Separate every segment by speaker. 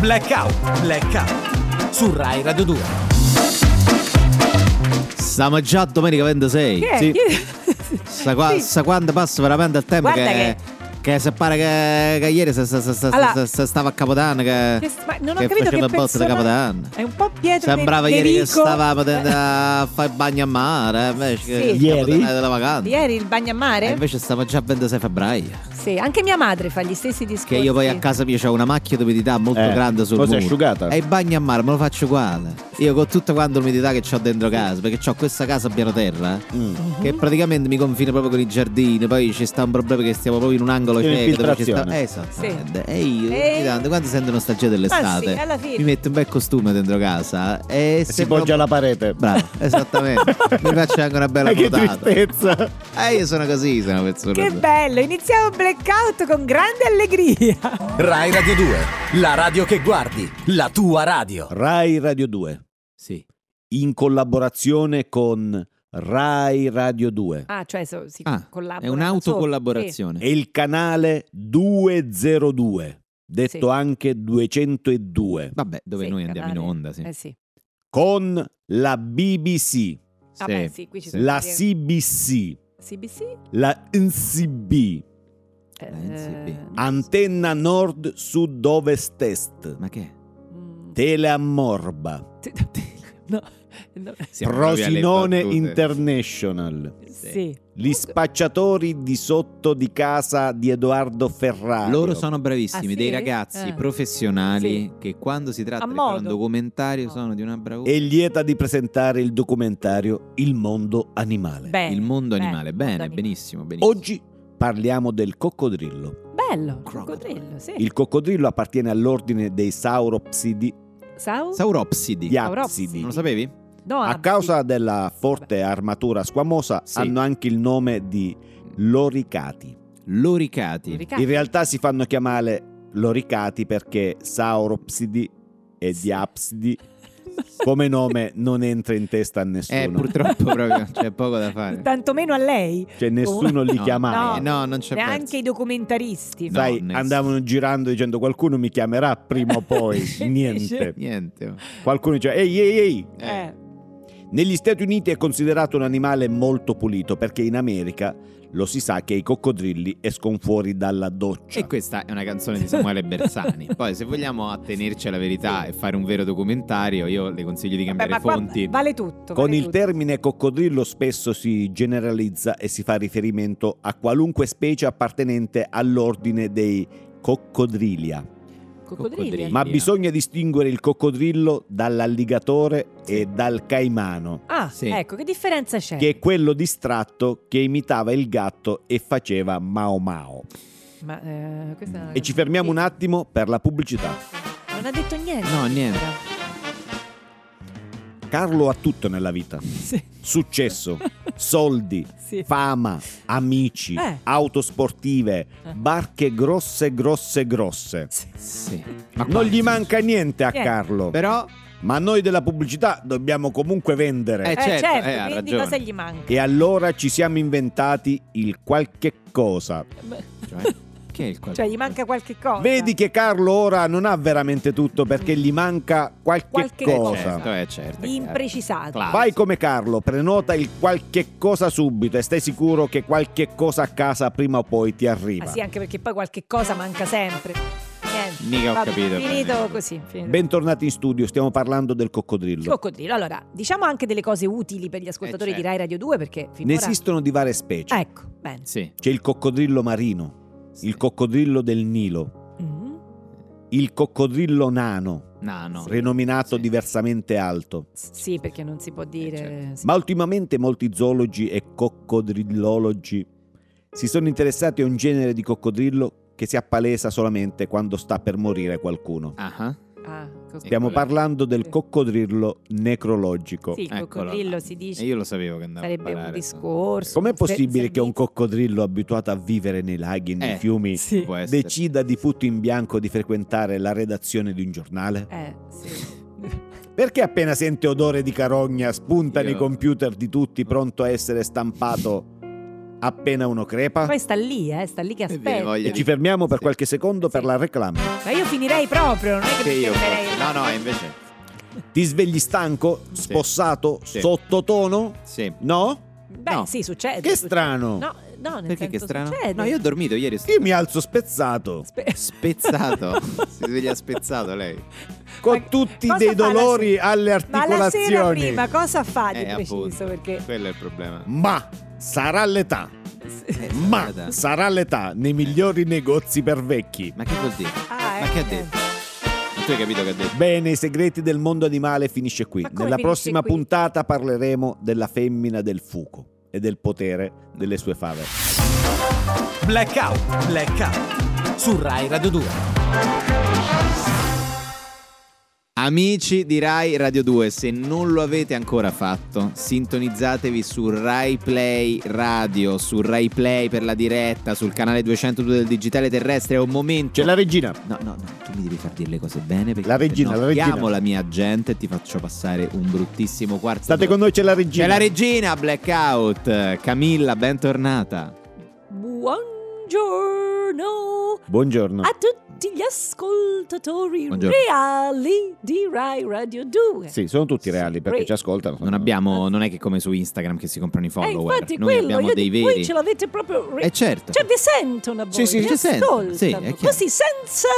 Speaker 1: Blackout, Blackout su Rai Radio 2.
Speaker 2: Siamo già a domenica 26.
Speaker 3: Che è?
Speaker 2: Sì.
Speaker 3: Chi-
Speaker 2: Sa, qua-
Speaker 3: Sì.
Speaker 2: sa quando passa veramente il tempo
Speaker 3: Guarda
Speaker 2: che, che se pare che, che ieri se, se- se- se-
Speaker 3: Allora-
Speaker 2: se- se stava a Capodanno che,
Speaker 3: Che- ma non ho
Speaker 2: che
Speaker 3: capito
Speaker 2: faceva
Speaker 3: che
Speaker 2: il botto
Speaker 3: persona-
Speaker 2: di Capodanno.
Speaker 3: È un po' Pietro
Speaker 2: Sembrava
Speaker 3: De-
Speaker 2: ieri che
Speaker 3: Derico.
Speaker 2: stavamo de- a fare il bagno a mare, eh, invece che
Speaker 3: Sì.
Speaker 2: il
Speaker 4: Ieri?
Speaker 2: Capodanno della vacanza.
Speaker 3: Eh, Ieri il
Speaker 2: E
Speaker 3: bagnamare?
Speaker 2: invece stiamo già a 26 febbraio.
Speaker 3: Sì, anche mia madre fa gli stessi discorsi.
Speaker 2: Che io poi a casa mia ho una macchia di umidità molto
Speaker 4: Eh,
Speaker 2: grande sul
Speaker 4: forse è
Speaker 2: muro.
Speaker 4: asciugata.
Speaker 2: E il bagno a mare me lo faccio uguale. Io con tutta quanta l'umidità che ho dentro casa, perché ho questa casa a piano terra, eh.
Speaker 4: Eh,
Speaker 2: che praticamente mi confina proprio con i giardini. Poi ci sta un problema che stiamo proprio in un angolo
Speaker 4: C'è
Speaker 2: cieco dove ci sta.
Speaker 4: un'infiltrazione.
Speaker 2: Esattamente. E io
Speaker 3: E-
Speaker 2: ogni tanto quando sento nostalgia dell'estate,
Speaker 3: Eh. Ah, sì, alla fine.
Speaker 2: mi metto un bel costume dentro casa eh, e,
Speaker 4: Si
Speaker 2: sembro-
Speaker 4: poggia alla parete.
Speaker 2: Bravo, esattamente. mi faccio anche una bella
Speaker 4: Eh, che
Speaker 2: nuotata.
Speaker 4: tristezza.
Speaker 2: E io sono così, sono una persona.
Speaker 3: Che bello, iniziamo Blackout con grande allegria.
Speaker 1: Rai Radio 2, la radio che guardi, la tua radio.
Speaker 4: Rai Radio 2,
Speaker 2: Sì.
Speaker 4: in collaborazione con Rai Radio 2
Speaker 3: Ah, cioè so- si
Speaker 2: Ah,
Speaker 3: collabora.
Speaker 2: è un'autocollaborazione.
Speaker 4: e il canale 202, detto
Speaker 3: Sì.
Speaker 4: anche 202,
Speaker 2: Vabbè, dove
Speaker 3: Sì,
Speaker 2: noi andiamo in
Speaker 3: canale.
Speaker 2: onda, sì.
Speaker 3: Eh sì.
Speaker 4: con la BBC,
Speaker 3: Ah, beh, sì, qui ci sono
Speaker 4: la
Speaker 3: le-
Speaker 4: CBC,
Speaker 3: CBC.
Speaker 4: la NCB,
Speaker 3: eh,
Speaker 2: NCB.
Speaker 4: Antenna Nord Sud Ovest Est,
Speaker 2: Ma che?
Speaker 3: mm,
Speaker 4: Teleammorba,
Speaker 3: t- no, no,
Speaker 2: Siamo proprio alle
Speaker 4: Prosinone
Speaker 2: battute.
Speaker 4: International.
Speaker 3: sì.
Speaker 4: Gli spacciatori di sotto di casa di Edoardo Ferrari.
Speaker 2: Loro sono bravissimi,
Speaker 3: Ah, sì?
Speaker 2: dei ragazzi
Speaker 3: Eh.
Speaker 2: professionali
Speaker 3: Sì.
Speaker 2: che quando si tratta
Speaker 3: A
Speaker 2: di fare un
Speaker 3: modo.
Speaker 2: documentario
Speaker 3: No.
Speaker 2: sono di una bravura.
Speaker 4: E lieta di presentare il documentario Il mondo animale.
Speaker 3: Bene,
Speaker 2: Il mondo
Speaker 3: bene,
Speaker 2: animale,
Speaker 3: Eh, mondo
Speaker 2: bene,
Speaker 3: animale.
Speaker 2: benissimo, benissimo.
Speaker 4: Oggi parliamo del coccodrillo.
Speaker 3: Bello,
Speaker 2: Crocodile.
Speaker 3: coccodrillo, sì.
Speaker 4: Il coccodrillo appartiene all'ordine dei sauropsidi.
Speaker 3: Sau?
Speaker 2: Sauropsidi.
Speaker 4: Gli
Speaker 3: Sauropsidi.
Speaker 4: apsidi.
Speaker 2: Non lo sapevi?
Speaker 3: No,
Speaker 4: A
Speaker 3: abiti.
Speaker 4: causa della forte armatura squamosa
Speaker 2: Sì.
Speaker 4: hanno anche il nome di loricati.
Speaker 2: Loricati.
Speaker 3: Ricatti.
Speaker 4: In realtà si fanno chiamare loricati perché sauropsidi e
Speaker 3: Sì.
Speaker 4: diapsidi come nome non entra in testa a nessuno.
Speaker 2: Eh, purtroppo proprio c'è poco da fare.
Speaker 3: Tantomeno a lei.
Speaker 4: Cioè nessuno li
Speaker 2: No,
Speaker 4: chiamava.
Speaker 2: eh, no, non c'è
Speaker 3: Neanche
Speaker 2: pezzo.
Speaker 3: i documentaristi.
Speaker 2: No.
Speaker 4: Sai,
Speaker 2: ness-
Speaker 4: andavano girando dicendo qualcuno mi chiamerà prima o poi. Niente.
Speaker 2: Niente. oh.
Speaker 4: Qualcuno diceva ehi ehi ehi.
Speaker 2: Eh.
Speaker 3: Eh,
Speaker 4: Negli Stati Uniti è considerato un animale molto pulito perché in America lo si sa che i coccodrilli escono fuori dalla doccia.
Speaker 2: E questa è una canzone di Samuele Bersani. Poi, se vogliamo attenerci alla verità e fare un vero documentario, io le consiglio di
Speaker 3: vabbè,
Speaker 2: cambiare
Speaker 3: ma qua
Speaker 2: fonti.
Speaker 3: vale tutto.
Speaker 4: Con
Speaker 3: vale
Speaker 4: il
Speaker 3: tutto.
Speaker 4: termine coccodrillo spesso si generalizza e si fa riferimento a qualunque specie appartenente all'ordine dei coccodrilia.
Speaker 3: Coccodrilli.
Speaker 4: Ma
Speaker 2: Via.
Speaker 4: bisogna distinguere il coccodrillo dall'alligatore e dal caimano,
Speaker 3: Ah,
Speaker 2: Sì.
Speaker 3: ecco, che differenza c'è?
Speaker 4: che è quello distratto che imitava il gatto e faceva Mao Mao.
Speaker 3: Ma, eh, questa è una-
Speaker 4: E ci fermiamo un attimo per la pubblicità.
Speaker 3: Non ha detto niente.
Speaker 2: No, niente.
Speaker 4: Carlo ha tutto nella vita.
Speaker 3: Sì.
Speaker 4: Successo, soldi,
Speaker 3: Sì.
Speaker 2: Eh,
Speaker 4: fama, amici,
Speaker 3: Eh.
Speaker 4: auto sportive,
Speaker 3: Eh.
Speaker 4: barche grosse, grosse, grosse.
Speaker 2: Sì.
Speaker 4: Non gli manca niente a
Speaker 3: Niente.
Speaker 4: Carlo,
Speaker 2: Però
Speaker 4: ma noi della pubblicità dobbiamo comunque vendere.
Speaker 2: Eh,
Speaker 3: Eh,
Speaker 2: certo,
Speaker 3: certo,
Speaker 2: eh, ha
Speaker 3: quindi
Speaker 2: ragione.
Speaker 3: cosa gli manca?
Speaker 4: E allora ci siamo inventati il qualche cosa.
Speaker 2: Cioè? Che è il qualcosa?
Speaker 3: Cioè, gli manca qualche cosa.
Speaker 4: Vedi che Carlo ora non ha veramente tutto perché gli manca qualche,
Speaker 3: Qualche
Speaker 2: Eh,
Speaker 4: cosa.
Speaker 2: Certo, eh, certo. è
Speaker 3: Di
Speaker 2: chiaro.
Speaker 3: imprecisato.
Speaker 2: Claro.
Speaker 4: Vai come Carlo, prenota il qualche cosa subito e stai sicuro che qualche cosa a casa prima o poi ti
Speaker 3: Ah,
Speaker 4: arriva.
Speaker 3: sì, anche perché poi qualche cosa manca sempre. Niente.
Speaker 2: Mica Mm, ho
Speaker 3: Vabbè,
Speaker 2: capito
Speaker 3: Finito
Speaker 2: bene.
Speaker 3: così. Finito.
Speaker 4: Bentornati in studio, stiamo parlando del coccodrillo.
Speaker 3: Coccodrillo. Allora, diciamo anche delle cose utili per gli ascoltatori
Speaker 2: Eh, certo.
Speaker 3: di Rai Radio 2 perché
Speaker 4: ne
Speaker 3: finora...
Speaker 4: esistono di varie specie.
Speaker 3: Ecco, bene.
Speaker 2: Sì.
Speaker 4: C'è il coccodrillo marino,
Speaker 2: Eh. sì.
Speaker 4: il coccodrillo del Nilo,
Speaker 3: Mhm.
Speaker 4: il coccodrillo nano,
Speaker 2: Nano.
Speaker 4: rinominato
Speaker 2: Sì.
Speaker 4: diversamente alto.
Speaker 3: Sì, perché non si può dire... ah,
Speaker 2: certo.
Speaker 3: sì.
Speaker 4: Ma ultimamente molti zoologi e coccodrillologi si sono interessati a un genere di coccodrillo che si appalesa solamente quando sta per morire qualcuno.
Speaker 2: Ah,
Speaker 3: Ah, cos-
Speaker 2: Ecco.
Speaker 4: Stiamo
Speaker 2: Eccola.
Speaker 4: parlando del coccodrillo necrologico.
Speaker 3: Sì, il
Speaker 2: Eccolo.
Speaker 3: coccodrillo si dice...
Speaker 2: E io lo sapevo che andava
Speaker 3: Sarebbe
Speaker 2: a
Speaker 3: un
Speaker 2: parlare.
Speaker 3: discorso.
Speaker 4: Com'è
Speaker 3: Se-
Speaker 4: possibile che un
Speaker 3: servizio.
Speaker 4: coccodrillo abituato a vivere nei laghi e nei
Speaker 2: Eh.
Speaker 4: fiumi
Speaker 3: Sì.
Speaker 2: Può essere.
Speaker 4: decida di futto in bianco di frequentare la redazione di un giornale?
Speaker 3: Eh, sì.
Speaker 4: Perché appena sente odore di carogna spuntano
Speaker 2: Io-
Speaker 4: i computer di tutti pronto a essere stampato Appena uno crepa,
Speaker 3: Poi sta lì, eh, sta lì che
Speaker 2: E viene
Speaker 3: aspetta.
Speaker 2: voglia
Speaker 4: ci
Speaker 2: di...
Speaker 4: fermiamo per
Speaker 2: Sì.
Speaker 4: qualche secondo per la reclama.
Speaker 3: Ma io finirei proprio, non è che,
Speaker 2: Che
Speaker 3: mi
Speaker 2: io...
Speaker 3: fermerei.
Speaker 2: No, no, invece...
Speaker 4: Ti svegli stanco, spossato,
Speaker 2: Sì.
Speaker 4: sottotono?
Speaker 2: Sì.
Speaker 4: No?
Speaker 3: Beh,
Speaker 2: no.
Speaker 3: sì, succede.
Speaker 4: Che
Speaker 3: succede.
Speaker 4: strano.
Speaker 3: Eh, No, no, nel
Speaker 2: Perché che
Speaker 3: senso,
Speaker 2: strano?
Speaker 3: Succede.
Speaker 2: No, io ho dormito ieri.
Speaker 4: Io mi alzo spezzato,
Speaker 3: Spe-
Speaker 2: Spezzato. si sveglia spezzato lei.
Speaker 4: con
Speaker 3: Ma
Speaker 4: tutti
Speaker 3: cosa
Speaker 4: dei
Speaker 3: fa la
Speaker 4: dolori
Speaker 3: sera?
Speaker 4: alle
Speaker 3: Ma la sera
Speaker 4: articolazioni.
Speaker 3: prima cosa fa Ah, di
Speaker 2: Eh,
Speaker 3: preciso?
Speaker 2: appunto.
Speaker 3: Perché
Speaker 2: Quello è il problema.
Speaker 4: Ma sarà l'età.
Speaker 2: Eh,
Speaker 4: Ma
Speaker 2: guarda.
Speaker 4: sarà l'età nei migliori negozi per vecchi.
Speaker 2: Ma che vuol dire?
Speaker 3: Ah,
Speaker 2: Ma che ha
Speaker 3: ecco.
Speaker 2: detto? Ma tu hai capito che ha detto?
Speaker 4: Bene, i segreti del mondo animale finisce qui.
Speaker 3: Ma come
Speaker 4: Nella
Speaker 3: finisce
Speaker 4: prossima
Speaker 3: qui?
Speaker 4: puntata parleremo della femmina del fuoco e del potere delle sue fave.
Speaker 1: Blackout, blackout. Su Rai Radio 2.
Speaker 2: Amici di Rai Radio 2, se non lo avete ancora fatto, sintonizzatevi su Rai Play Radio, su Rai Play per la diretta, sul canale 202 del digitale terrestre. È un momento.
Speaker 4: C'è la regina.
Speaker 2: No, no, no, tu mi devi far dire le cose bene perché
Speaker 4: La regina,
Speaker 2: se
Speaker 4: la
Speaker 2: no,
Speaker 4: regina.
Speaker 2: chiamo la mia gente e ti faccio passare un bruttissimo quarto.
Speaker 4: State
Speaker 2: d'ora.
Speaker 4: con noi, c'è la regina.
Speaker 2: C'è la regina Blackout. Camilla, bentornata.
Speaker 3: Buongiorno
Speaker 4: Buongiorno.
Speaker 3: a tutti gli ascoltatori
Speaker 2: Buongiorno.
Speaker 3: reali di Rai Radio 2.
Speaker 4: Sì, sono tutti reali perché
Speaker 3: Re-
Speaker 4: ci ascoltano.
Speaker 2: Non abbiamo non è che come su Instagram che si comprano i
Speaker 3: Eh,
Speaker 2: follower,
Speaker 3: infatti
Speaker 2: noi
Speaker 3: quello,
Speaker 2: abbiamo
Speaker 3: io
Speaker 2: dei
Speaker 3: dico,
Speaker 2: veri.
Speaker 3: voi ce l'avete proprio... re-
Speaker 2: Eh certo.
Speaker 3: Cioè vi sentono a voi,
Speaker 2: Sì, sì,
Speaker 3: vi
Speaker 2: ci sentono,
Speaker 3: ascoltano,
Speaker 2: sì, è chiaro.
Speaker 3: così senza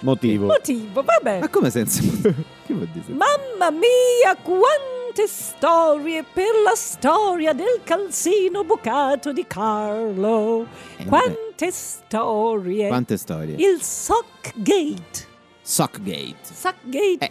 Speaker 4: Motivo.
Speaker 3: motivo, vabbè.
Speaker 2: Ma come senza Che vuol dire?
Speaker 3: Mamma mia, quante storie per la storia del calzino bucato di Carlo.
Speaker 2: Eh, vabbè.
Speaker 3: Quante storie.
Speaker 2: Quante storie?
Speaker 3: Eh? Il sock gate.
Speaker 2: Sockgate.
Speaker 3: Sock gate.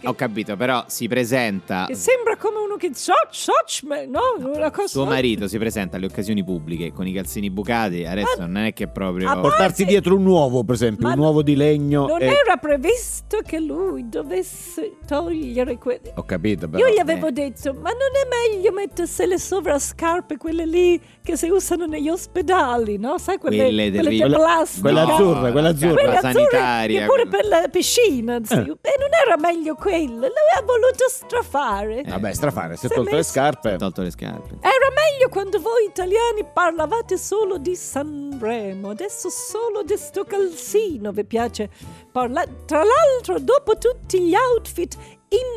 Speaker 2: Eh, ho capito, però si presenta
Speaker 3: che sembra come uno che soc, soc, ma no, una cosa.
Speaker 2: suo marito si presenta alle occasioni pubbliche con i calzini bucati, adesso non è che proprio
Speaker 3: Ah,
Speaker 4: A
Speaker 3: ma-
Speaker 4: Portarsi
Speaker 3: Ah, sì.
Speaker 4: dietro un uovo, per esempio,
Speaker 3: Ma
Speaker 4: un
Speaker 3: no-
Speaker 4: uovo di legno.
Speaker 3: Non
Speaker 4: e-
Speaker 3: era previsto che lui dovesse togliere quelle.
Speaker 4: Ho capito, però.
Speaker 3: Io gli avevo detto, ma non è meglio mettersi le sovrascarpe, quelle lì che si usano negli ospedali, no? Sai, quelle,
Speaker 2: Quelle
Speaker 3: quelle di
Speaker 2: terribili.
Speaker 3: plastica.
Speaker 4: Quella
Speaker 2: No,
Speaker 4: azzurra,
Speaker 2: la
Speaker 4: quella azzurra.
Speaker 2: carta
Speaker 3: Quella azzurra,
Speaker 2: sanitaria.
Speaker 3: che pure
Speaker 2: quella-
Speaker 3: per la piscina, sì. e non era meglio quella, l'aveva voluto strafare.
Speaker 2: Eh.
Speaker 4: Vabbè, strafare, si è
Speaker 3: Si è
Speaker 4: tolto le
Speaker 3: messo-
Speaker 4: scarpe.
Speaker 2: Tolto le scarpe.
Speaker 3: Era meglio quando voi italiani parlavate solo di Sanremo, adesso solo di sto calzino vi piace parlare. Tra l'altro, dopo tutti gli outfit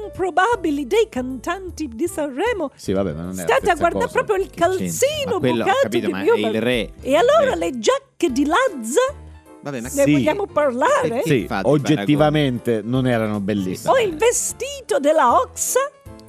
Speaker 3: improbabili dei cantanti di Sanremo,
Speaker 4: Sì, vabbè, ma non è
Speaker 3: state a guardare proprio il
Speaker 2: C'entra.
Speaker 3: calzino
Speaker 2: Ma quello, ho
Speaker 3: bucato
Speaker 2: capito,
Speaker 3: che
Speaker 2: ma
Speaker 3: io-
Speaker 2: è il re.
Speaker 3: E allora
Speaker 2: Eh,
Speaker 3: le giacche di Lazza,
Speaker 2: Vabbè, ma Eh,
Speaker 3: ne
Speaker 4: Sì.
Speaker 3: vogliamo parlare?
Speaker 2: Perché
Speaker 4: Sì,
Speaker 2: infatti,
Speaker 4: oggettivamente non erano
Speaker 3: O
Speaker 4: bellissime.
Speaker 3: il vestito della Oxa?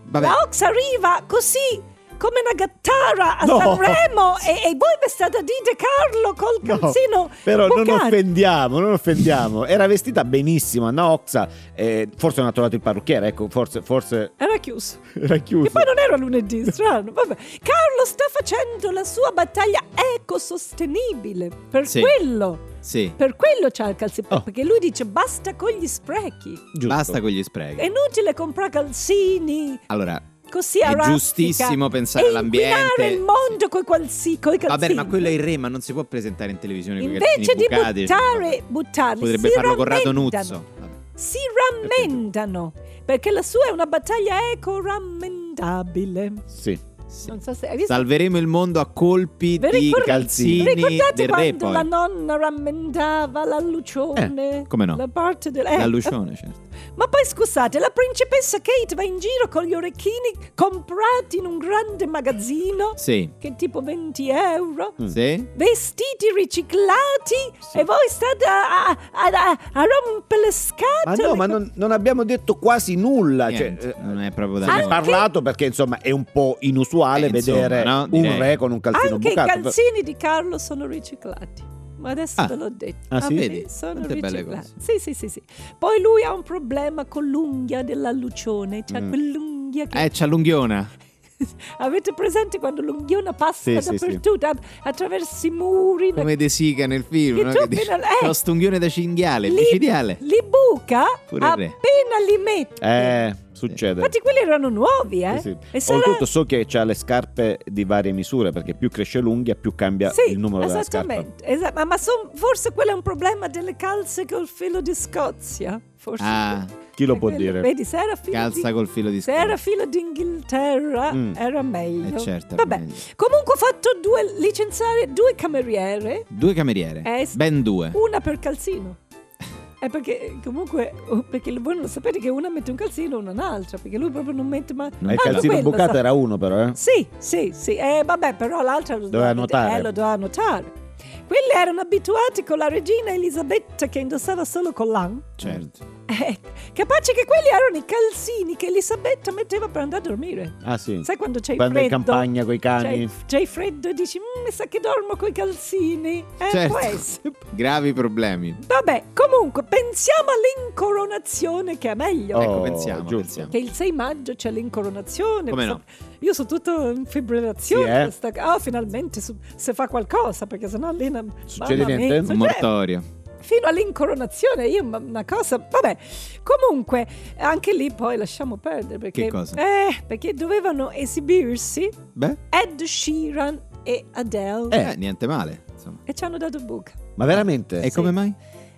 Speaker 2: Vabbè.
Speaker 3: La Oxa arriva così come una gattara a
Speaker 4: No.
Speaker 3: Sanremo e, e voi vi state a dire Carlo col
Speaker 4: No,
Speaker 3: calzino
Speaker 4: Però non
Speaker 3: bucato.
Speaker 4: offendiamo, non offendiamo. Era vestita benissimo, Anna Oxa. eh, forse non ha trovato il parrucchiere, ecco, forse, forse
Speaker 3: Era chiuso.
Speaker 4: era
Speaker 3: E
Speaker 4: chiuso.
Speaker 3: poi non era lunedì, strano. Vabbè. Carlo sta facendo la sua battaglia ecosostenibile. Per
Speaker 2: Sì.
Speaker 3: quello.
Speaker 2: Sì.
Speaker 3: Per quello c'ha il calzino.
Speaker 4: Oh.
Speaker 3: Perché lui dice basta con gli sprechi.
Speaker 4: Giusto.
Speaker 2: Basta con gli
Speaker 3: È
Speaker 2: sprechi.
Speaker 3: inutile comprare calzini.
Speaker 2: Allora,
Speaker 3: Eh, Così
Speaker 2: È
Speaker 3: a raffica
Speaker 2: giustissimo pensare
Speaker 3: e
Speaker 2: all'ambiente.
Speaker 3: inquinare il mondo coi calzini. Coi
Speaker 2: Vabbè,
Speaker 3: calzini.
Speaker 2: ma quello è il re, ma non si può presentare in televisione con i
Speaker 3: Invece
Speaker 2: calzini
Speaker 3: di
Speaker 2: bucati, cioè,
Speaker 3: buttare, buttarli,
Speaker 2: Potrebbe
Speaker 3: si
Speaker 2: farlo Corrado
Speaker 3: rammentano.
Speaker 2: Nuzzo. Vabbè.
Speaker 3: Si rammentano perché la sua è una battaglia eco-rammendabile.
Speaker 4: Sì.
Speaker 2: Sì.
Speaker 3: Non so se hai visto.
Speaker 2: Salveremo il mondo a colpi
Speaker 3: Vi
Speaker 2: di
Speaker 3: ricordate-
Speaker 2: calzini
Speaker 3: Ricordate
Speaker 2: del re
Speaker 3: quando
Speaker 2: poi. Eh,
Speaker 3: la nonna rammentava l'allucione?
Speaker 2: come no?
Speaker 3: La parte del... eh,
Speaker 2: L'allucione, certo.
Speaker 3: Ma poi scusate, la principessa Kate va in giro con gli orecchini comprati in un grande magazzino
Speaker 2: Sì. Mm.
Speaker 3: che è tipo 20 euro.
Speaker 2: Sì?
Speaker 3: vestiti riciclati e voi state a, a, a, a rompere le
Speaker 4: Ma
Speaker 3: scatole.
Speaker 4: Ah, no, ma non, non abbiamo detto quasi
Speaker 3: Ah,
Speaker 4: nulla. Cioè,
Speaker 2: Niente,
Speaker 4: eh,
Speaker 2: non è proprio
Speaker 4: se ne
Speaker 2: da
Speaker 4: è
Speaker 2: noi.
Speaker 4: parlato perché insomma è un po' inusuale
Speaker 2: Eh, insomma,
Speaker 4: vedere
Speaker 2: no?
Speaker 4: un
Speaker 2: Direi.
Speaker 4: re con un calzino
Speaker 3: Anche
Speaker 4: bucato.
Speaker 3: i calzini di Carlo sono riciclati. Ma adesso
Speaker 2: Ah.
Speaker 3: ve l'ho detto.
Speaker 4: Ah, sì?
Speaker 3: Vabbè,
Speaker 2: Vedi?
Speaker 3: Sono
Speaker 2: Quante belle
Speaker 3: riciclati. Sì, sì, sì, sì. Poi lui ha un problema con l'unghia dell'allucione. C'ha
Speaker 4: Mm.
Speaker 3: quell'unghia che...
Speaker 2: Eh, c'ha l'unghiona.
Speaker 3: Avete presente quando l'unghiona passa
Speaker 4: Sì, sì,
Speaker 3: dappertutto, a- attraverso i muri? le-
Speaker 2: Come De Sica nel film,
Speaker 3: Che
Speaker 2: no?
Speaker 3: tu
Speaker 2: Che dice,
Speaker 3: appena- eh.
Speaker 2: "C'ho st'unghione da cinghiale,
Speaker 3: li-
Speaker 2: micidiale.
Speaker 3: Li buca
Speaker 2: Pure il re.
Speaker 3: appena li mette.
Speaker 4: Eh, succede.
Speaker 3: Infatti quelli erano nuovi, eh?
Speaker 4: Sì, sì.
Speaker 3: E sarà-
Speaker 4: Oltretutto so che ha le scarpe di varie misure perché più cresce l'unghia più cambia
Speaker 3: Sì,
Speaker 4: il numero della scarpa.
Speaker 3: esattamente. Esa- ma ma son- forse quello è un problema delle calze col filo di Scozia. Forse.
Speaker 2: Ah,
Speaker 4: Chi lo
Speaker 3: E
Speaker 4: può
Speaker 3: quello-
Speaker 4: dire?
Speaker 3: Eh, Vedi, se era filo,
Speaker 2: Calza
Speaker 3: di-
Speaker 2: col filo di
Speaker 3: se
Speaker 2: scopa.
Speaker 3: era filo d'Inghilterra
Speaker 4: Mm.
Speaker 3: era meglio.
Speaker 2: Eh, certo, era
Speaker 3: Vabbè.
Speaker 2: meglio.
Speaker 3: Comunque ho fatto due, licenziare due cameriere,
Speaker 2: Due cameriere,
Speaker 3: Eh, sì.
Speaker 2: ben due.
Speaker 3: una per calzino. È perché comunque, oh, perché voi non sapete che una mette un calzino e una un'altra, perché lui proprio non mette mai...
Speaker 4: Ma il
Speaker 3: Ah,
Speaker 4: calzino
Speaker 3: quello,
Speaker 4: bucato
Speaker 3: sa-
Speaker 4: era uno però, eh?
Speaker 3: Sì, sì, sì, eh, vabbè, però l'altra lo
Speaker 4: Doveva
Speaker 3: doveva
Speaker 4: notare.
Speaker 3: Eh, lo doveva notare. Quelli erano abituati con la regina Elisabetta che indossava solo collan.
Speaker 2: Certo.
Speaker 3: Eh, capace che quelli erano i calzini che Elisabetta metteva per andare a dormire.
Speaker 4: Ah sì.
Speaker 3: Sai quando c'è il
Speaker 4: Quando
Speaker 3: freddo?
Speaker 4: è in campagna coi
Speaker 3: C'è,
Speaker 4: cani.
Speaker 3: c'è il freddo e dici, "Mm, mi sa che dormo coi calzini. Eh,
Speaker 2: Certo.
Speaker 3: può essere.
Speaker 2: Gravi problemi.
Speaker 3: Vabbè, comunque, pensiamo all'incoronazione che è meglio.
Speaker 4: Oh,
Speaker 2: ecco, pensiamo,
Speaker 4: giusto.
Speaker 2: pensiamo.
Speaker 3: Che il 6 maggio c'è l'incoronazione.
Speaker 2: Come no?
Speaker 3: Io sono tutto in fibrillazione.
Speaker 4: Sì, eh?
Speaker 3: questa- Ah, finalmente su- se fa qualcosa, perché sennò lì. non-
Speaker 4: Succede
Speaker 3: mamma
Speaker 4: niente?
Speaker 3: mia,
Speaker 2: Un mortorio.
Speaker 3: fino all'incoronazione io ma- una cosa vabbè comunque anche lì poi lasciamo perdere perché
Speaker 2: Che cosa?
Speaker 3: Eh, perché dovevano esibirsi
Speaker 2: Beh,
Speaker 3: Ed Sheeran e Adele
Speaker 2: eh, niente male. Insomma.
Speaker 3: e ci hanno dato buca
Speaker 4: Ma veramente?
Speaker 3: Ecco,
Speaker 2: E come mai?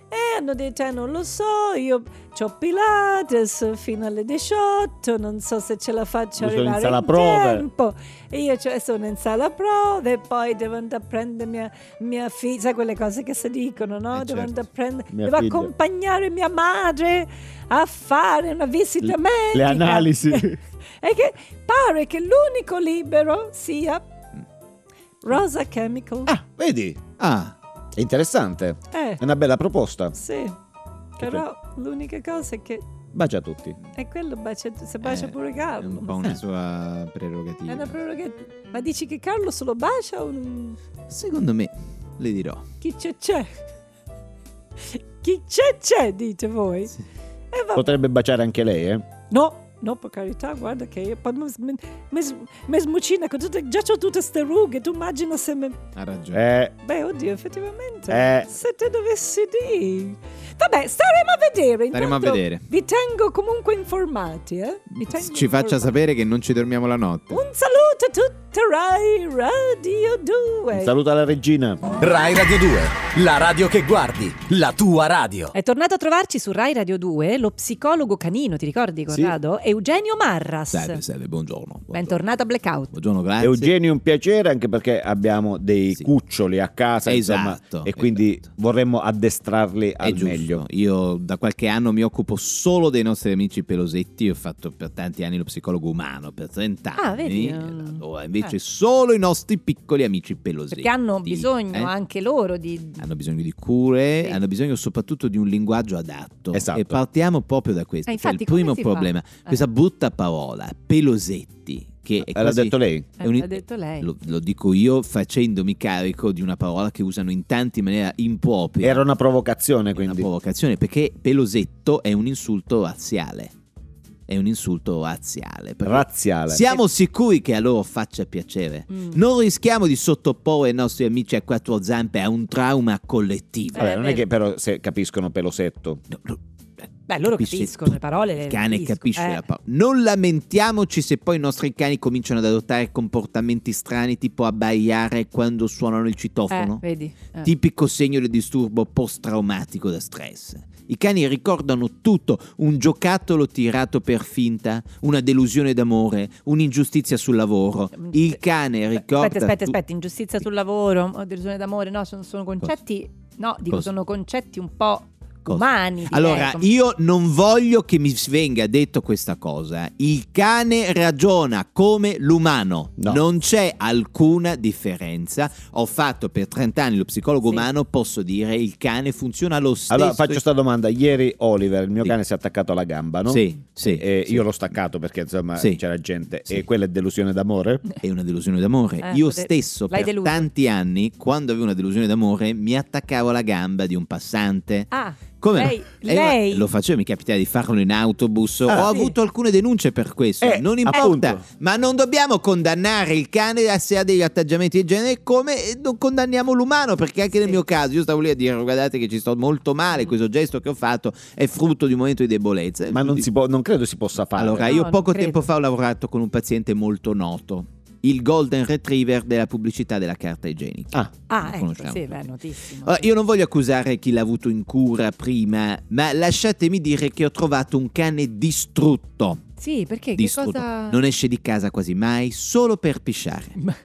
Speaker 3: e hanno detto eh, non lo so io ho Pilates fino alle 18 non so se ce la faccio
Speaker 4: Io sono in
Speaker 3: arrivare
Speaker 4: sala
Speaker 3: in
Speaker 4: prove."
Speaker 3: tempo e io cioè, sono in sala prove e poi devo andare a prendere mia, mia figlia sai quelle cose che si dicono no?
Speaker 2: Eh, certo.
Speaker 3: devo andare a prendere
Speaker 4: Mia
Speaker 3: devo
Speaker 4: figlia.
Speaker 3: accompagnare mia madre a fare una visita
Speaker 4: Le-
Speaker 3: medica
Speaker 4: le analisi.
Speaker 3: e che pare che l'unico libero sia Rosa Chemical
Speaker 4: Ah, vedi?
Speaker 2: Ah,
Speaker 4: È interessante.
Speaker 3: eh
Speaker 4: È una bella proposta.
Speaker 3: sì però l'unica cosa è che
Speaker 4: Bacia a tutti.
Speaker 3: E quello bacia, se bacia
Speaker 2: eh,
Speaker 3: pure
Speaker 2: è
Speaker 3: Carlo.
Speaker 2: un po' una sua prerogativa.
Speaker 3: È una prerogativa. Ma dici che Carlo solo bacia o non-
Speaker 2: Secondo me, le dirò.
Speaker 3: chi c'è c'è? Chi c'è c'è, dite voi?
Speaker 2: Sì.
Speaker 3: E va-
Speaker 4: Potrebbe baciare anche lei, eh?
Speaker 3: No, no, per carità, guarda che io poi mi- mi mi s- mi smucina con tutte, già ho tutte ste rughe, tu immagina se me...
Speaker 2: Ha ragione.
Speaker 4: Eh,
Speaker 3: Beh, oddio, effettivamente,
Speaker 4: Eh.
Speaker 3: se te dovessi dire... Vabbè, staremo a vedere.
Speaker 2: Staremo a
Speaker 3: intanto
Speaker 2: vedere.
Speaker 3: Vi tengo comunque informati, eh? Vi tengo
Speaker 2: Ci faccia
Speaker 3: informati.
Speaker 2: sapere che non ci dormiamo la notte.
Speaker 3: Un saluto a tutta Rai Radio 2.
Speaker 4: saluta la regina.
Speaker 1: Rai Radio 2, la radio che guardi, la tua radio.
Speaker 5: È tornato a trovarci su Rai Radio 2 lo psicologo canino, ti ricordi Corrado? Eugenio Marras.
Speaker 2: Salve, salve, buongiorno. Buongiorno,
Speaker 5: Bentornato a Blackout.
Speaker 2: Buongiorno, grazie.
Speaker 4: Eugenio è un piacere anche perché abbiamo dei
Speaker 2: Sì.
Speaker 4: cuccioli a casa, insomma,
Speaker 2: Esatto,
Speaker 4: e quindi
Speaker 2: esatto.
Speaker 4: vorremmo addestrarli
Speaker 2: È
Speaker 4: al
Speaker 2: giusto.
Speaker 4: meglio.
Speaker 2: Io da qualche anno mi occupo solo dei nostri amici pelosetti. Io Ho fatto per tanti anni lo psicologo umano, per 30
Speaker 5: Ah,
Speaker 2: anni.
Speaker 5: vedi?
Speaker 2: Allora, invece
Speaker 5: Eh.
Speaker 2: solo i nostri piccoli amici pelosetti.
Speaker 5: Perché hanno bisogno
Speaker 2: eh?
Speaker 5: anche loro di...
Speaker 2: Hanno bisogno di cure,
Speaker 5: Sì.
Speaker 2: hanno bisogno soprattutto di un linguaggio adatto.
Speaker 4: Esatto.
Speaker 2: E partiamo proprio da questo.
Speaker 5: Eh,
Speaker 2: Cioè,
Speaker 5: infatti,
Speaker 2: il primo
Speaker 5: come si fa? Eh.
Speaker 2: problema, questa brutta parola, pelosetti, che è
Speaker 4: Eh, L'ha
Speaker 2: quasi-
Speaker 4: detto lei?
Speaker 5: Eh,
Speaker 2: è un-
Speaker 5: l'ha detto lei.
Speaker 2: Lo, lo dico io facendomi carico di una parola che usano in tanti in maniera impropria.
Speaker 4: Era una provocazione,
Speaker 2: È una
Speaker 4: quindi.
Speaker 2: provocazione perché pelosetto è un insulto razziale. È un insulto razziale. perché
Speaker 4: razziale.
Speaker 2: Siamo sicuri che a loro faccia piacere.
Speaker 5: Mm.
Speaker 2: Non rischiamo di sottoporre i nostri amici a quattro zampe a un trauma collettivo.
Speaker 4: Vabbè, non è
Speaker 5: Eh,
Speaker 4: che però se capiscono pelosetto.
Speaker 2: No, no, eh,
Speaker 5: Beh, loro
Speaker 2: capisce
Speaker 5: capiscono le
Speaker 2: tutto.
Speaker 5: parole. le
Speaker 2: Il cane
Speaker 5: capiscono,
Speaker 2: capisce
Speaker 5: eh.
Speaker 2: la parola. Non lamentiamoci se poi i nostri cani cominciano ad adottare comportamenti strani, tipo abbaiare quando suonano il citofono.
Speaker 5: Eh, vedi. eh.
Speaker 2: tipico segno di disturbo post-traumatico da stress. I cani ricordano tutto, un giocattolo tirato per finta, una delusione d'amore, un'ingiustizia sul lavoro. Il cane ricorda...
Speaker 5: Eh, Aspetta, aspetta,
Speaker 2: tu-
Speaker 5: aspetta, ingiustizia sul lavoro, oh, delusione d'amore, no, sono, sono concetti, no, dico,
Speaker 2: Cosa?
Speaker 5: sono concetti un po'
Speaker 2: Cosa?
Speaker 5: umani. direi,
Speaker 2: Allora,
Speaker 5: com-
Speaker 2: io non voglio che mi venga detto questa cosa. Il cane ragiona come l'umano.
Speaker 4: No.
Speaker 2: Non c'è alcuna differenza. Ho fatto per 30 anni lo psicologo
Speaker 5: Sì.
Speaker 2: umano, posso dire il cane funziona lo stesso.
Speaker 4: Allora, faccio sta domanda. Ieri Oliver, il mio
Speaker 2: Sì.
Speaker 4: cane, si è attaccato alla gamba, no?
Speaker 2: Sì, sì.
Speaker 4: E
Speaker 2: sì.
Speaker 4: Io l'ho staccato perché insomma
Speaker 2: Sì.
Speaker 4: c'era gente.
Speaker 2: Sì.
Speaker 4: E quella è delusione d'amore?
Speaker 2: È una delusione d'amore.
Speaker 5: Eh,
Speaker 2: Io
Speaker 5: pote-
Speaker 2: stesso
Speaker 5: l'hai
Speaker 2: per
Speaker 5: deluso.
Speaker 2: tanti anni, quando avevo una delusione d'amore, mi attaccavo alla gamba di un passante.
Speaker 5: Ah,
Speaker 2: Come no?
Speaker 5: lei,
Speaker 2: E io
Speaker 5: lei-
Speaker 2: Lo facevo, mi capitava di farlo in autobus. Ho
Speaker 4: Ah,
Speaker 5: sì.
Speaker 2: avuto alcune denunce per questo.
Speaker 4: Eh,
Speaker 2: non importa,
Speaker 4: appunto.
Speaker 2: ma non dobbiamo condannare il cane a- se ha degli atteggiamenti del genere, come non condanniamo l'umano, perché anche nel
Speaker 5: Sì. Mm.
Speaker 2: mio caso io stavo lì a dire: guardate che ci sto molto male, questo gesto che ho fatto è frutto di un momento Eh, di debolezza.
Speaker 4: Ma non, si può, non credo si possa fare.
Speaker 2: Allora,
Speaker 5: No,
Speaker 2: io
Speaker 5: non
Speaker 2: poco
Speaker 5: credo.
Speaker 2: tempo fa ho lavorato con un paziente molto noto il golden retriever della pubblicità della carta igienica.
Speaker 4: Ah.
Speaker 3: Ah,
Speaker 2: Lo
Speaker 3: ecco,
Speaker 2: conosciamo
Speaker 3: sì,
Speaker 2: tutti.
Speaker 3: beh, notissimo.
Speaker 2: Allora, Eh, io non voglio accusare chi l'ha avuto in cura prima, ma lasciatemi dire che ho trovato un cane distrutto.
Speaker 3: Sì, perché che
Speaker 2: distrutto.
Speaker 3: cosa...
Speaker 2: Non esce di casa quasi mai, solo per pisciare.
Speaker 3: Ma-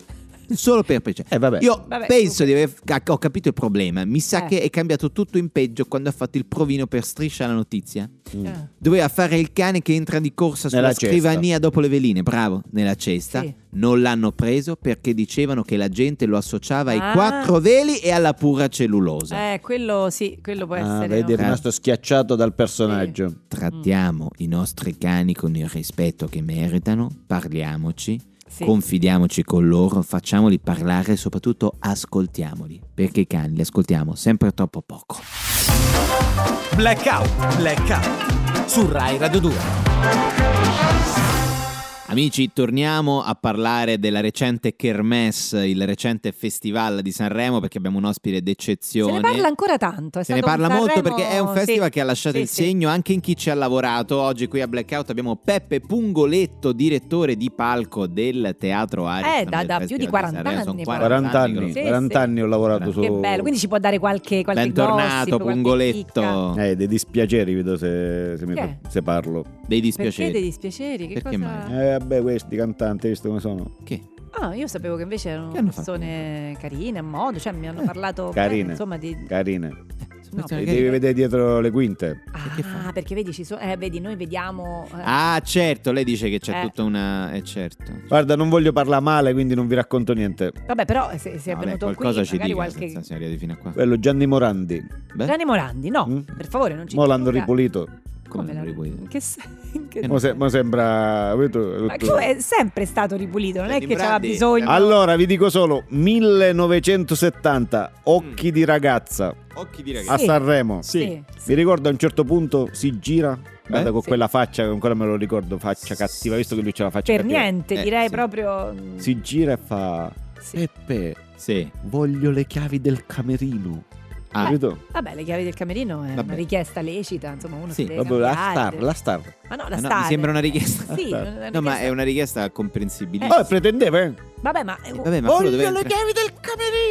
Speaker 2: Solo per pisciare.
Speaker 4: Eh vabbè.
Speaker 2: Io
Speaker 3: Vabbè,
Speaker 2: penso
Speaker 3: comunque.
Speaker 2: di aver ca- ho capito il problema. Mi sa
Speaker 3: Eh.
Speaker 2: che è cambiato tutto in peggio quando ha fatto il provino per striscia la notizia.
Speaker 4: Mm.
Speaker 3: Ah,
Speaker 2: Doveva fare il cane che entra di corsa sulla
Speaker 4: Nella cesta.
Speaker 2: scrivania dopo le veline, bravo, nella cesta.
Speaker 3: Sì.
Speaker 2: Non l'hanno preso perché dicevano che la gente lo associava ai
Speaker 3: Ah.
Speaker 2: quattro veli e alla pura cellulosa.
Speaker 3: Eh, quello sì, quello può
Speaker 4: Ah,
Speaker 3: essere... Eh,
Speaker 4: vedi, è
Speaker 3: no?
Speaker 4: rimasto schiacciato dal personaggio.
Speaker 2: Trattiamo
Speaker 3: Mm.
Speaker 2: i nostri cani con il rispetto che meritano, parliamoci,
Speaker 3: Sì.
Speaker 2: confidiamoci con loro, facciamoli parlare e soprattutto ascoltiamoli, perché i cani li ascoltiamo sempre troppo poco.
Speaker 1: Blackout, blackout. Su Rai Radio 2.
Speaker 2: Amici, torniamo a parlare della recente Kermesse, il recente festival di Sanremo, perché abbiamo un ospite
Speaker 3: Se
Speaker 2: d'eccezione.
Speaker 3: ne parla ancora tanto. è
Speaker 2: Se ne
Speaker 3: stato
Speaker 2: parla
Speaker 3: un
Speaker 2: molto
Speaker 3: Sanremo-
Speaker 2: perché è un festival
Speaker 3: sì,
Speaker 2: che ha lasciato
Speaker 3: sì,
Speaker 2: il
Speaker 3: sì.
Speaker 2: segno anche in chi ci ha lavorato. Oggi qui a Blackout abbiamo Peppe Pungoletto, direttore di palco del Teatro Aria.
Speaker 3: Eh, da- da più di 40 anni, poi.
Speaker 4: 40 anni,
Speaker 3: Sì,
Speaker 4: 40
Speaker 3: sì.
Speaker 4: anni ho lavorato
Speaker 2: Che
Speaker 4: su...
Speaker 3: Che bello, quindi ci può dare qualche, qualche
Speaker 2: Bentornato
Speaker 3: gossip, qualche chicca.
Speaker 2: Pungoletto.
Speaker 4: Eh, dei dispiaceri vedo se, se mi-
Speaker 3: Che?
Speaker 4: se parlo.
Speaker 2: Eh, Dei
Speaker 3: Perché dei
Speaker 2: dispiaceri.
Speaker 3: dispiaceri? Che
Speaker 2: Perché
Speaker 3: cosa...
Speaker 2: mai?
Speaker 4: Eh, vabbè, questi cantanti, hai visto come sono?
Speaker 2: Che?
Speaker 3: Ah, io sapevo che invece erano
Speaker 2: Che hanno
Speaker 3: persone carine, a modo, cioè mi hanno
Speaker 4: Eh,
Speaker 3: parlato bene,
Speaker 4: carine.
Speaker 3: insomma di...
Speaker 4: Carine.
Speaker 3: No,
Speaker 2: Persone
Speaker 4: Le
Speaker 2: che-
Speaker 4: devi vedere dietro le quinte.
Speaker 2: Perché fa?
Speaker 3: Ah, perché vedi, ci so- eh, vedi, noi vediamo... eh,
Speaker 2: Ah, certo, lei dice che c'è
Speaker 3: Eh.
Speaker 2: tutta una. Eh, certo.
Speaker 4: Guarda, non voglio parlare male, quindi non vi racconto niente.
Speaker 3: Vabbè, però eh, se, se è
Speaker 2: Vabbè,
Speaker 3: venuto
Speaker 2: qualcosa
Speaker 3: qui,
Speaker 2: ci
Speaker 3: magari
Speaker 2: dica, eh.
Speaker 3: qualche...
Speaker 2: senza si arrivi fino a qua.
Speaker 4: Quello Gianni Morandi.
Speaker 2: Beh,
Speaker 3: Gianni Morandi, no,
Speaker 4: Mm?
Speaker 3: per favore, non ci
Speaker 4: Mo l'hanno
Speaker 3: dica.
Speaker 4: ripulito.
Speaker 2: come
Speaker 3: Come
Speaker 2: lo
Speaker 3: l'hanno-
Speaker 2: ripuoi?
Speaker 3: in Che, se- in che-
Speaker 2: Eh,
Speaker 4: Mo, se- mo sembra...
Speaker 3: Ma tu è sempre stato ripulito, non è
Speaker 2: Gianni
Speaker 3: che c'era
Speaker 2: Morandi-
Speaker 3: bisogno...
Speaker 4: Allora, vi dico solo, 1970, Occhi di ragazza,
Speaker 2: Occhi di
Speaker 4: a
Speaker 3: Mm. Sì.
Speaker 4: Sanremo.
Speaker 3: Sì, sì.
Speaker 4: Mi ricordo a un certo punto si gira, guarda con
Speaker 3: Eh? Sì.
Speaker 4: quella faccia, ancora me lo ricordo, faccia cattiva, visto che lui c'ha la faccia
Speaker 3: Per
Speaker 4: cattiva.
Speaker 3: niente,
Speaker 2: Eh,
Speaker 3: direi
Speaker 2: sì.
Speaker 3: proprio... mm,
Speaker 4: Si gira e fa...
Speaker 3: sì.
Speaker 4: Peppe,
Speaker 2: Sì.
Speaker 4: voglio le chiavi del camerino.
Speaker 2: Ah.
Speaker 4: Capito?
Speaker 3: Vabbè, le chiavi del camerino è una
Speaker 2: Vabbè.
Speaker 3: richiesta lecita, insomma, uno
Speaker 2: Sì,
Speaker 3: si deve
Speaker 4: Proprio la
Speaker 3: cambiare,
Speaker 4: star,
Speaker 3: deve-
Speaker 4: la star.
Speaker 3: Ma no, la
Speaker 2: Ah, no,
Speaker 3: star.
Speaker 2: mi sembra una richiesta.
Speaker 3: Sì,
Speaker 4: La
Speaker 3: una
Speaker 4: star.
Speaker 3: richiesta.
Speaker 2: No, ma è una richiesta comprensibilissima.
Speaker 4: Oh, pretendeva, eh?
Speaker 3: Vabbè, ma...
Speaker 2: Vabbè,
Speaker 3: uh,
Speaker 2: ma eh. quello
Speaker 4: Voglio
Speaker 2: deve
Speaker 4: le
Speaker 2: entrare-
Speaker 4: chiavi del
Speaker 3: Beh,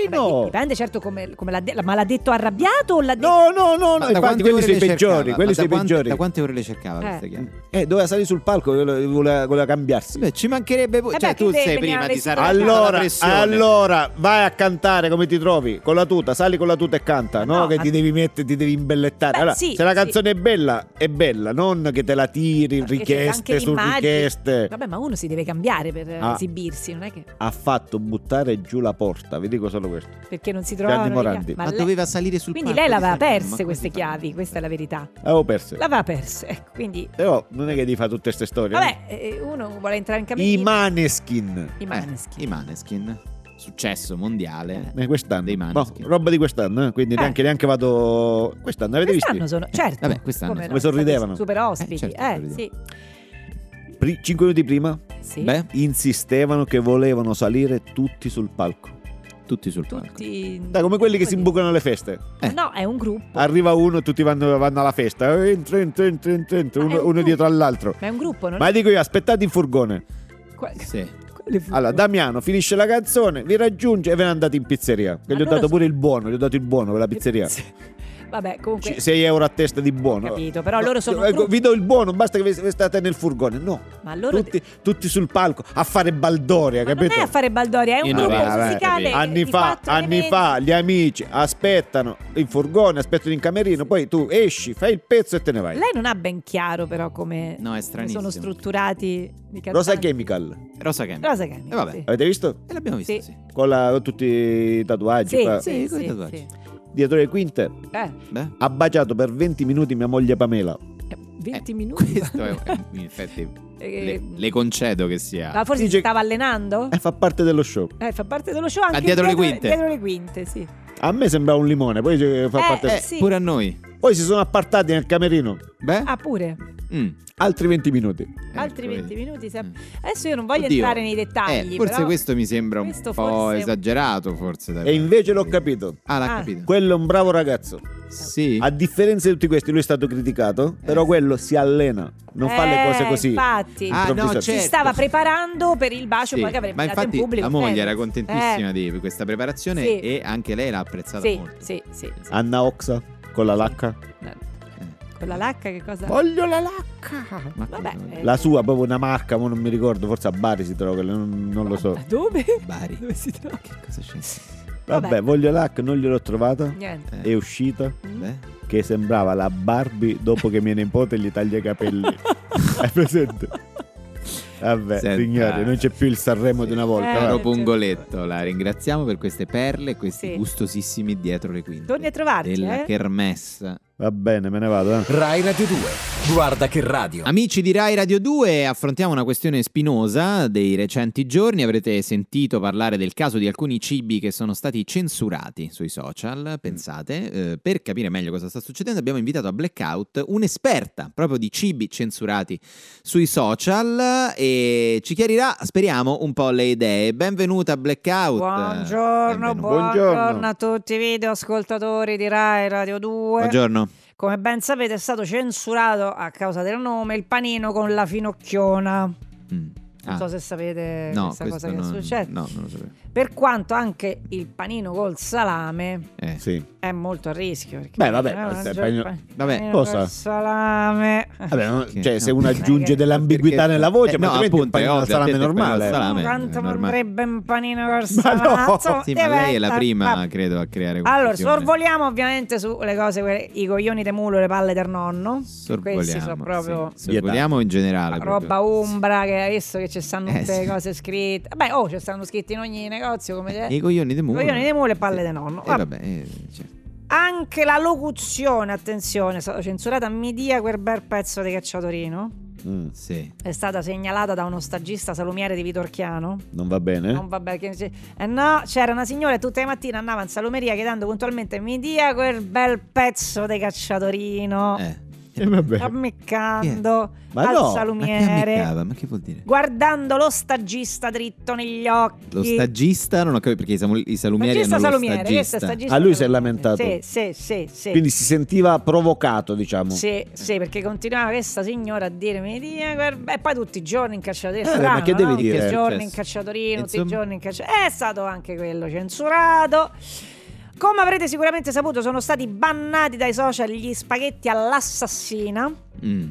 Speaker 4: camerino!
Speaker 3: dipende certo come, come l'ha detto, ma l'ha detto arrabbiato o l'ha detto...
Speaker 4: No,
Speaker 2: Ma
Speaker 4: no, no, no,
Speaker 2: da
Speaker 4: infatti
Speaker 2: quante
Speaker 4: quelli
Speaker 2: ore
Speaker 4: sono i
Speaker 2: le
Speaker 4: peggiori,
Speaker 2: cercava?
Speaker 4: quelli
Speaker 2: Ma
Speaker 4: sono i
Speaker 2: da quante-
Speaker 4: peggiori.
Speaker 2: Da quante ore le cercava
Speaker 3: Eh.
Speaker 2: queste chiavi?
Speaker 4: Eh, doveva salire sul palco, voleva, voleva- voleva cambiarsi.
Speaker 2: Beh, ci mancherebbe poi.
Speaker 3: Eh
Speaker 2: Cioè,
Speaker 3: beh,
Speaker 2: tu
Speaker 3: chi deve
Speaker 2: sei
Speaker 3: venire
Speaker 2: prima
Speaker 3: alle
Speaker 2: di
Speaker 3: scuole?
Speaker 2: Sanremo.
Speaker 4: Allora,
Speaker 2: la pressione.
Speaker 4: allora, vai a cantare come ti trovi? Con la tuta, sali con la tuta e canta,
Speaker 3: Ma
Speaker 4: no?
Speaker 3: no,
Speaker 4: che
Speaker 3: ma-
Speaker 4: ti devi mettere, ti devi imbellettare.
Speaker 3: Beh,
Speaker 4: allora,
Speaker 3: sì,
Speaker 4: se la
Speaker 3: sì.
Speaker 4: canzone è bella, è bella, non che te la tiri
Speaker 3: Perché c'è
Speaker 4: richieste
Speaker 3: anche
Speaker 4: su
Speaker 3: l'immagine.
Speaker 4: richieste.
Speaker 3: Vabbè, ma uno si deve cambiare per eh,
Speaker 4: Ah.
Speaker 3: esibirsi, non è che...
Speaker 4: Ha fatto buttare giù la porta, vi dico solo questo.
Speaker 3: Perché non si trovavano le
Speaker 4: Morandi.
Speaker 3: chiavi.
Speaker 2: Ma,
Speaker 3: lei-
Speaker 2: doveva salire sul
Speaker 3: Quindi
Speaker 2: palco
Speaker 3: lei
Speaker 2: di
Speaker 3: l'aveva
Speaker 2: Sanremo, ma
Speaker 3: perse
Speaker 2: come
Speaker 3: queste
Speaker 2: si fa?
Speaker 3: chiavi, questa è la verità.
Speaker 4: Avevo perso.
Speaker 3: L'aveva perse, ecco, quindi...
Speaker 4: Però non è che devi fare tutte queste storie.
Speaker 3: Vabbè, eh, uno vuole entrare in
Speaker 4: I
Speaker 3: camerino...
Speaker 4: maneskin.
Speaker 3: I
Speaker 2: Eh,
Speaker 3: maneschi.
Speaker 2: I Maneskin. Successo mondiale.
Speaker 4: Eh, quest'anno.
Speaker 2: Dei
Speaker 4: boh,
Speaker 2: Maneskin.
Speaker 4: roba di quest'anno, eh, quindi
Speaker 3: Eh.
Speaker 4: neanche, neanche vado. Quest'anno avete visto?
Speaker 3: Quest'anno sono, certo.
Speaker 2: vabbè, quest'anno
Speaker 3: Come
Speaker 2: sono.
Speaker 3: no,
Speaker 4: Come sorridevano.
Speaker 3: stati Super ospiti, eh,
Speaker 2: certo,
Speaker 3: sì.
Speaker 2: sorridevano.
Speaker 4: 5 minuti prima
Speaker 3: sì.
Speaker 2: Beh,
Speaker 4: insistevano che volevano salire tutti sul palco.
Speaker 2: tutti sul palco.
Speaker 3: Tutti...
Speaker 4: Dai, come quelli che si
Speaker 3: dire?
Speaker 4: imbucano alle feste.
Speaker 2: Eh.
Speaker 3: No, è un gruppo.
Speaker 4: Arriva uno e tutti vanno, vanno alla festa. Eh, Entra, entra, entra, entra, entra,
Speaker 3: Ma è
Speaker 4: uno,
Speaker 3: un
Speaker 4: uno
Speaker 3: gruppo.
Speaker 4: dietro all'altro.
Speaker 3: Ma è un gruppo, non
Speaker 4: Ma dico io, aspettate in furgone.
Speaker 3: è... Qua-
Speaker 2: Sì.
Speaker 3: quale fu-
Speaker 4: Allora, Damiano finisce la canzone, vi raggiunge e ve ne andate in pizzeria. Che gli ho
Speaker 3: Allora
Speaker 4: dato
Speaker 3: so-
Speaker 4: pure il buono, gli ho dato il buono per la pizzeria.
Speaker 3: Vabbè, comunque...
Speaker 4: 6 euro a testa di buono.
Speaker 3: Capito, però loro sono un
Speaker 4: Ecco,
Speaker 3: gruppo.
Speaker 4: vi do il buono, basta che vi, vi state nel furgone. No,
Speaker 3: Ma loro...
Speaker 4: tutti, tutti sul palco a fare baldoria,
Speaker 3: Ma non
Speaker 4: capito?
Speaker 3: è a fare Baldoria, è un
Speaker 2: Io non
Speaker 3: gruppo
Speaker 2: vedo, Ah, vabbè,
Speaker 3: musicale.
Speaker 2: capito.
Speaker 4: anni
Speaker 3: di eh,
Speaker 4: fa,
Speaker 3: quattro
Speaker 4: anni
Speaker 3: elementi.
Speaker 4: fa gli amici aspettano in furgone, aspettano in camerino, poi tu esci, fai il pezzo e te ne vai.
Speaker 3: Lei non ha ben chiaro, però, come,
Speaker 2: No, è
Speaker 3: come
Speaker 2: stranissimo.
Speaker 3: sono strutturati i cantanti.
Speaker 4: Rosa Chemical,
Speaker 2: Rosa Kemp.
Speaker 3: Rosa Chemical,
Speaker 2: E vabbè.
Speaker 3: sì.
Speaker 4: avete visto?
Speaker 2: E l'abbiamo visto,
Speaker 3: Sì.
Speaker 2: sì.
Speaker 4: Con, la- con tutti i tatuaggi
Speaker 3: Sì,
Speaker 4: qua.
Speaker 3: sì,
Speaker 2: Sì, con i
Speaker 3: sì,
Speaker 2: tatuaggi.
Speaker 3: sì.
Speaker 4: dietro le quinte.
Speaker 3: Eh,
Speaker 2: Beh,
Speaker 4: Ha baciato per 20 minuti mia moglie Pamela.
Speaker 3: eh, 20
Speaker 2: eh,
Speaker 3: minuti.
Speaker 2: Questo è, in effetti
Speaker 3: Eh,
Speaker 2: le, le concedo che sia.
Speaker 3: Ma forse si
Speaker 4: Dice-
Speaker 3: stava allenando?
Speaker 4: E fa parte dello show.
Speaker 3: Eh, fa parte dello show anche
Speaker 2: Ah, dietro le quinte.
Speaker 3: Dietro le quinte, sì.
Speaker 4: A me sembrava un limone, poi dice che fa
Speaker 3: Eh,
Speaker 4: parte.
Speaker 2: Eh,
Speaker 3: sì.
Speaker 2: pure a noi.
Speaker 4: Poi si sono appartati nel camerino.
Speaker 2: Beh,
Speaker 3: Ah, pure.
Speaker 2: mm,
Speaker 4: Altri 20 minuti.
Speaker 3: Altri
Speaker 2: ecco,
Speaker 3: 20
Speaker 2: vedi.
Speaker 3: minuti. se-
Speaker 2: Mm.
Speaker 3: Adesso io non voglio
Speaker 2: Oddio.
Speaker 3: entrare nei dettagli.
Speaker 2: Eh, forse
Speaker 3: però-
Speaker 2: questo mi sembra un
Speaker 3: questo
Speaker 2: po'
Speaker 3: forse-
Speaker 2: esagerato, forse. da
Speaker 4: E invece l'ho
Speaker 2: parte-
Speaker 4: capito.
Speaker 2: Ah, l'ha
Speaker 3: Ah.
Speaker 2: capito.
Speaker 4: Quello è un bravo ragazzo.
Speaker 2: Sì.
Speaker 4: A differenza di tutti questi, lui è stato criticato,
Speaker 2: Eh.
Speaker 4: però quello si allena, non fa le cose
Speaker 3: Eh,
Speaker 4: così.
Speaker 3: Infatti,
Speaker 2: Ah, no,
Speaker 4: improvvisato.
Speaker 3: si
Speaker 2: certo.
Speaker 3: stava preparando per il bacio
Speaker 2: Sì,
Speaker 3: poi che avrebbe
Speaker 2: ma
Speaker 3: dato
Speaker 2: infatti
Speaker 3: in pubblico.
Speaker 2: la moglie
Speaker 3: Eh,
Speaker 2: era contentissima
Speaker 3: eh.
Speaker 2: di questa preparazione
Speaker 3: Sì.
Speaker 2: e anche lei l'ha apprezzata
Speaker 3: Sì,
Speaker 2: molto.
Speaker 3: sì, sì.
Speaker 4: Anna Oxa con la lacca.
Speaker 2: Eh.
Speaker 3: Con la lacca che cosa?
Speaker 4: Voglio la lacca!
Speaker 2: Ma
Speaker 3: Vabbè,
Speaker 2: come-
Speaker 3: eh,
Speaker 4: La sua, proprio una marca, ma non mi ricordo, forse a Bari si trova, quella, non, non lo so.
Speaker 6: Ma dove?
Speaker 2: Bari.
Speaker 6: Dove si trova?
Speaker 2: Che cosa c'è?
Speaker 4: Vabbè,
Speaker 3: vabbè.
Speaker 4: voglio la lacca, non gliel'ho trovata.
Speaker 3: niente.
Speaker 2: Eh.
Speaker 4: È uscita
Speaker 2: Beh,
Speaker 4: che sembrava la Barbie dopo che mia nipote gli taglia i capelli. Hai presente? Vabbè,
Speaker 2: Senta.
Speaker 4: signore, non c'è più il Sanremo
Speaker 2: Sì.
Speaker 4: di una volta.
Speaker 3: Eh,
Speaker 4: va.
Speaker 2: caro
Speaker 3: certo.
Speaker 2: Pongoletto, la ringraziamo per queste perle e questi
Speaker 3: Sì.
Speaker 2: gustosissimi dietro le quinte.
Speaker 3: Torni a trovarci,
Speaker 2: Della
Speaker 3: eh.
Speaker 2: kermessa.
Speaker 4: Va bene, me ne vado. eh.
Speaker 1: Rai Radio 2. Guarda che radio.
Speaker 2: Amici di Rai Radio 2, affrontiamo una questione spinosa dei recenti giorni. Avrete sentito parlare del caso di alcuni cibi che sono stati censurati sui social, pensate. Eh, per capire meglio cosa sta succedendo abbiamo invitato a Blackout un'esperta proprio di cibi censurati sui social e ci chiarirà, speriamo, un po' le idee. Benvenuta Blackout.
Speaker 3: Buongiorno,
Speaker 2: Benvenuta.
Speaker 3: buongiorno
Speaker 4: Buongiorno.
Speaker 3: a tutti i video ascoltatori di Rai Radio 2.
Speaker 2: Buongiorno.
Speaker 3: Come ben sapete è stato censurato a causa del nome il panino con la finocchiona. Non
Speaker 2: Mm. Ah,
Speaker 3: so se sapete
Speaker 2: no,
Speaker 3: Eh, questa
Speaker 2: questo
Speaker 3: cosa che
Speaker 2: non-
Speaker 3: succede.
Speaker 2: No, non lo sapevo.
Speaker 3: Per quanto anche il panino col salame
Speaker 2: Eh.
Speaker 4: Sì.
Speaker 3: è molto a rischio. perché-
Speaker 4: Beh, vabbè,
Speaker 3: Eh,
Speaker 4: questo è
Speaker 3: mangio
Speaker 4: il
Speaker 3: il
Speaker 4: panino-
Speaker 3: pa-
Speaker 2: Vabbè.
Speaker 3: panino
Speaker 4: Cosa?
Speaker 3: col salame.
Speaker 4: Vabbè, no,
Speaker 2: Che-
Speaker 4: cioè,
Speaker 2: no. Eh,
Speaker 4: se uno aggiunge
Speaker 3: Perché-
Speaker 4: dell'ambiguità
Speaker 2: perché-
Speaker 4: nella voce,
Speaker 2: eh,
Speaker 4: ma
Speaker 2: no,
Speaker 4: altrimenti
Speaker 2: appunto,
Speaker 4: il
Speaker 2: è
Speaker 4: panino
Speaker 2: ovvio, ha
Speaker 4: salame
Speaker 2: detto il panino
Speaker 4: normale.
Speaker 2: al salame,
Speaker 3: Quanto
Speaker 2: è normale.
Speaker 3: vorrebbe un panino col
Speaker 4: Ma
Speaker 3: salame?
Speaker 4: no!
Speaker 3: Insomma,
Speaker 2: Sì, ma lei è la
Speaker 3: diventa-
Speaker 2: prima
Speaker 3: vabbè.
Speaker 2: credo a creare
Speaker 3: Ah. Allora,
Speaker 2: confusione.
Speaker 3: sorvoliamo ovviamente sulle cose, quelle- i coglioni de mulo e le palle del nonno. Questi sono
Speaker 2: Sorvoliamo,
Speaker 3: proprio
Speaker 2: sì. Sorvoliamo in generale. proprio.
Speaker 3: roba umbra, che adesso che ci stanno
Speaker 2: Eh,
Speaker 3: tutte
Speaker 2: sì.
Speaker 3: le cose scritte. Beh, oh, ci stanno scritti in ogni negozio, come dire.
Speaker 2: E i coglioni di mulo.
Speaker 3: Coglioni di mulo e palle di nonno.
Speaker 2: Eh,
Speaker 3: Vabbè.
Speaker 2: vabbè, eh, certo.
Speaker 3: Anche la locuzione, attenzione, è stata censurata. Mi dia quel bel pezzo di cacciatorino.
Speaker 4: Mm,
Speaker 2: Sì.
Speaker 3: È stata segnalata da uno stagista salumiere di Vitorchiano.
Speaker 4: non va bene.
Speaker 3: Non vabbè, che... eh no, c'era una signora e tutte le mattine andava in salumeria chiedendo puntualmente mi dia quel bel pezzo di cacciatorino.
Speaker 2: Eh.
Speaker 4: Eh, vabbè.
Speaker 3: ammiccando
Speaker 4: Ma
Speaker 2: Ma
Speaker 3: al
Speaker 4: no, ma che
Speaker 2: che
Speaker 3: salumiere,
Speaker 2: ammiccava? Ma che vuol dire?
Speaker 3: guardando lo stagista dritto negli occhi.
Speaker 2: Lo stagista non ho capito perché i samu- i salumieri
Speaker 3: Stagista
Speaker 2: hanno lo
Speaker 3: salumiere, questo
Speaker 2: stagista.
Speaker 3: è stagista
Speaker 4: Ah, lui si è
Speaker 3: salumiere.
Speaker 4: lamentato.
Speaker 3: Sì, sì, sì, sì.
Speaker 4: Quindi si sentiva provocato, diciamo.
Speaker 3: Sì, sì, perché continuava questa signora a dirmi dia quel be-" e poi tutti i giorni in cacciatorino.
Speaker 4: Eh, ma
Speaker 3: strano,
Speaker 4: che devi
Speaker 3: no?
Speaker 4: dire?
Speaker 3: Tutti i giorni
Speaker 2: Cioè,
Speaker 3: in cacciatorino, tutti i
Speaker 2: insomma-
Speaker 3: giorni in cacciatorino. È stato anche quello censurato. Come avrete sicuramente saputo, sono stati bannati dai social gli spaghetti all'assassina.
Speaker 2: Mm.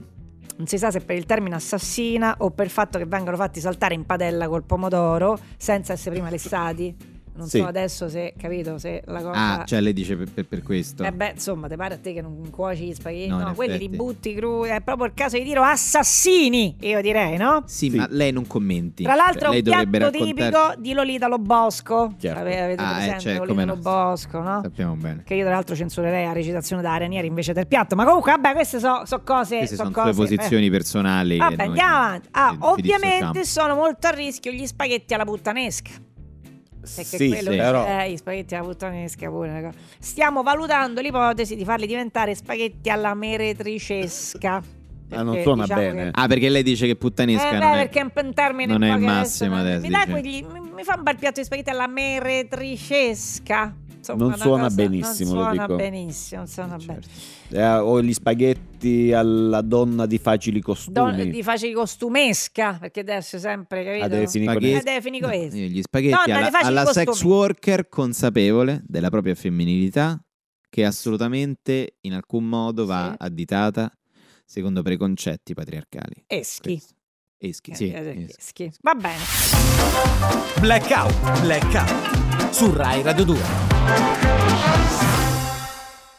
Speaker 3: Non si sa se per il termine assassina o per il fatto che vengono fatti saltare in padella col pomodoro senza essere prima lessati. Non
Speaker 4: Sì.
Speaker 3: so adesso se, capito, se la cosa...
Speaker 2: Ah, cioè lei dice per, per- per questo.
Speaker 3: Eh beh, insomma, ti pare a te che non cuoci gli spaghetti?
Speaker 2: No,
Speaker 3: No,
Speaker 2: in
Speaker 3: quelli
Speaker 2: effetti.
Speaker 3: li butti cru, è proprio il caso di dire assassini, io direi, no?
Speaker 2: Sì,
Speaker 4: Sì.
Speaker 2: ma lei non commenti. Cioè,
Speaker 3: Tra l'altro è
Speaker 2: lei
Speaker 3: un
Speaker 2: dovrebbe
Speaker 3: piatto
Speaker 2: raccontarci-
Speaker 3: tipico di Lolita Lobosco.
Speaker 4: Certo.
Speaker 3: Ave- Avete
Speaker 2: Ah, eh,
Speaker 3: presente
Speaker 2: cioè,
Speaker 3: Lolita
Speaker 2: come no.
Speaker 3: Lobosco, no?
Speaker 2: Sappiamo bene.
Speaker 3: Che io tra l'altro censurerei la recitazione da Ranieri invece del piatto, ma comunque vabbè, queste sono cose...
Speaker 2: Queste sono
Speaker 3: cose, eh.
Speaker 2: sue posizioni personali. che
Speaker 3: Vabbè,
Speaker 2: noi-
Speaker 3: andiamo avanti. Ah,
Speaker 2: ci- ci
Speaker 3: ovviamente
Speaker 2: dissociamo.
Speaker 3: sono molto a rischio gli spaghetti alla puttanesca. Perché
Speaker 4: Sì,
Speaker 3: quello
Speaker 2: sì.
Speaker 3: che-
Speaker 4: però-
Speaker 3: eh, gli spaghetti alla puttanesca pure. raga. Stiamo valutando l'ipotesi di farli diventare spaghetti alla meretricesca.
Speaker 4: Ah, non
Speaker 3: Perché
Speaker 4: suona
Speaker 3: diciamo
Speaker 4: bene.
Speaker 3: che-
Speaker 2: Ah, perché lei dice che puttanesca
Speaker 3: Eh, beh,
Speaker 2: non è...
Speaker 3: perché è un termine
Speaker 2: non
Speaker 3: un
Speaker 2: è
Speaker 3: po'
Speaker 2: il
Speaker 3: che
Speaker 2: massimo
Speaker 3: adesso non-
Speaker 2: adesso,
Speaker 3: mi, dai
Speaker 2: dice.
Speaker 3: quegli- mi- mi fa un bel piatto di spaghetti alla meretricesca. Insomma,
Speaker 4: Non
Speaker 3: una
Speaker 4: suona
Speaker 3: cosa-
Speaker 4: benissimo, lo
Speaker 3: Non suona
Speaker 4: dico.
Speaker 3: benissimo, non suona
Speaker 2: Certo.
Speaker 3: bene.
Speaker 4: Eh, o gli spaghetti alla donna di facili costumi.
Speaker 3: Don- di facile costumesca, perché adesso sempre,
Speaker 4: Ah,
Speaker 3: capito?
Speaker 4: deve finire con
Speaker 2: Spaghetti-
Speaker 3: Eh, deve finire con questo.
Speaker 2: Gli spaghetti
Speaker 3: Donna, le
Speaker 2: alla,
Speaker 3: facili
Speaker 2: alla
Speaker 3: costumi.
Speaker 2: sex worker consapevole della propria femminilità che assolutamente in alcun modo va
Speaker 3: Sì.
Speaker 2: additata secondo preconcetti patriarcali.
Speaker 3: Eschi.
Speaker 2: Questo. Eschi, sì.
Speaker 3: Eh, eh,
Speaker 2: eschi.
Speaker 3: eschi. Va bene.
Speaker 1: Blackout. Blackout. Su Rai Radio 2.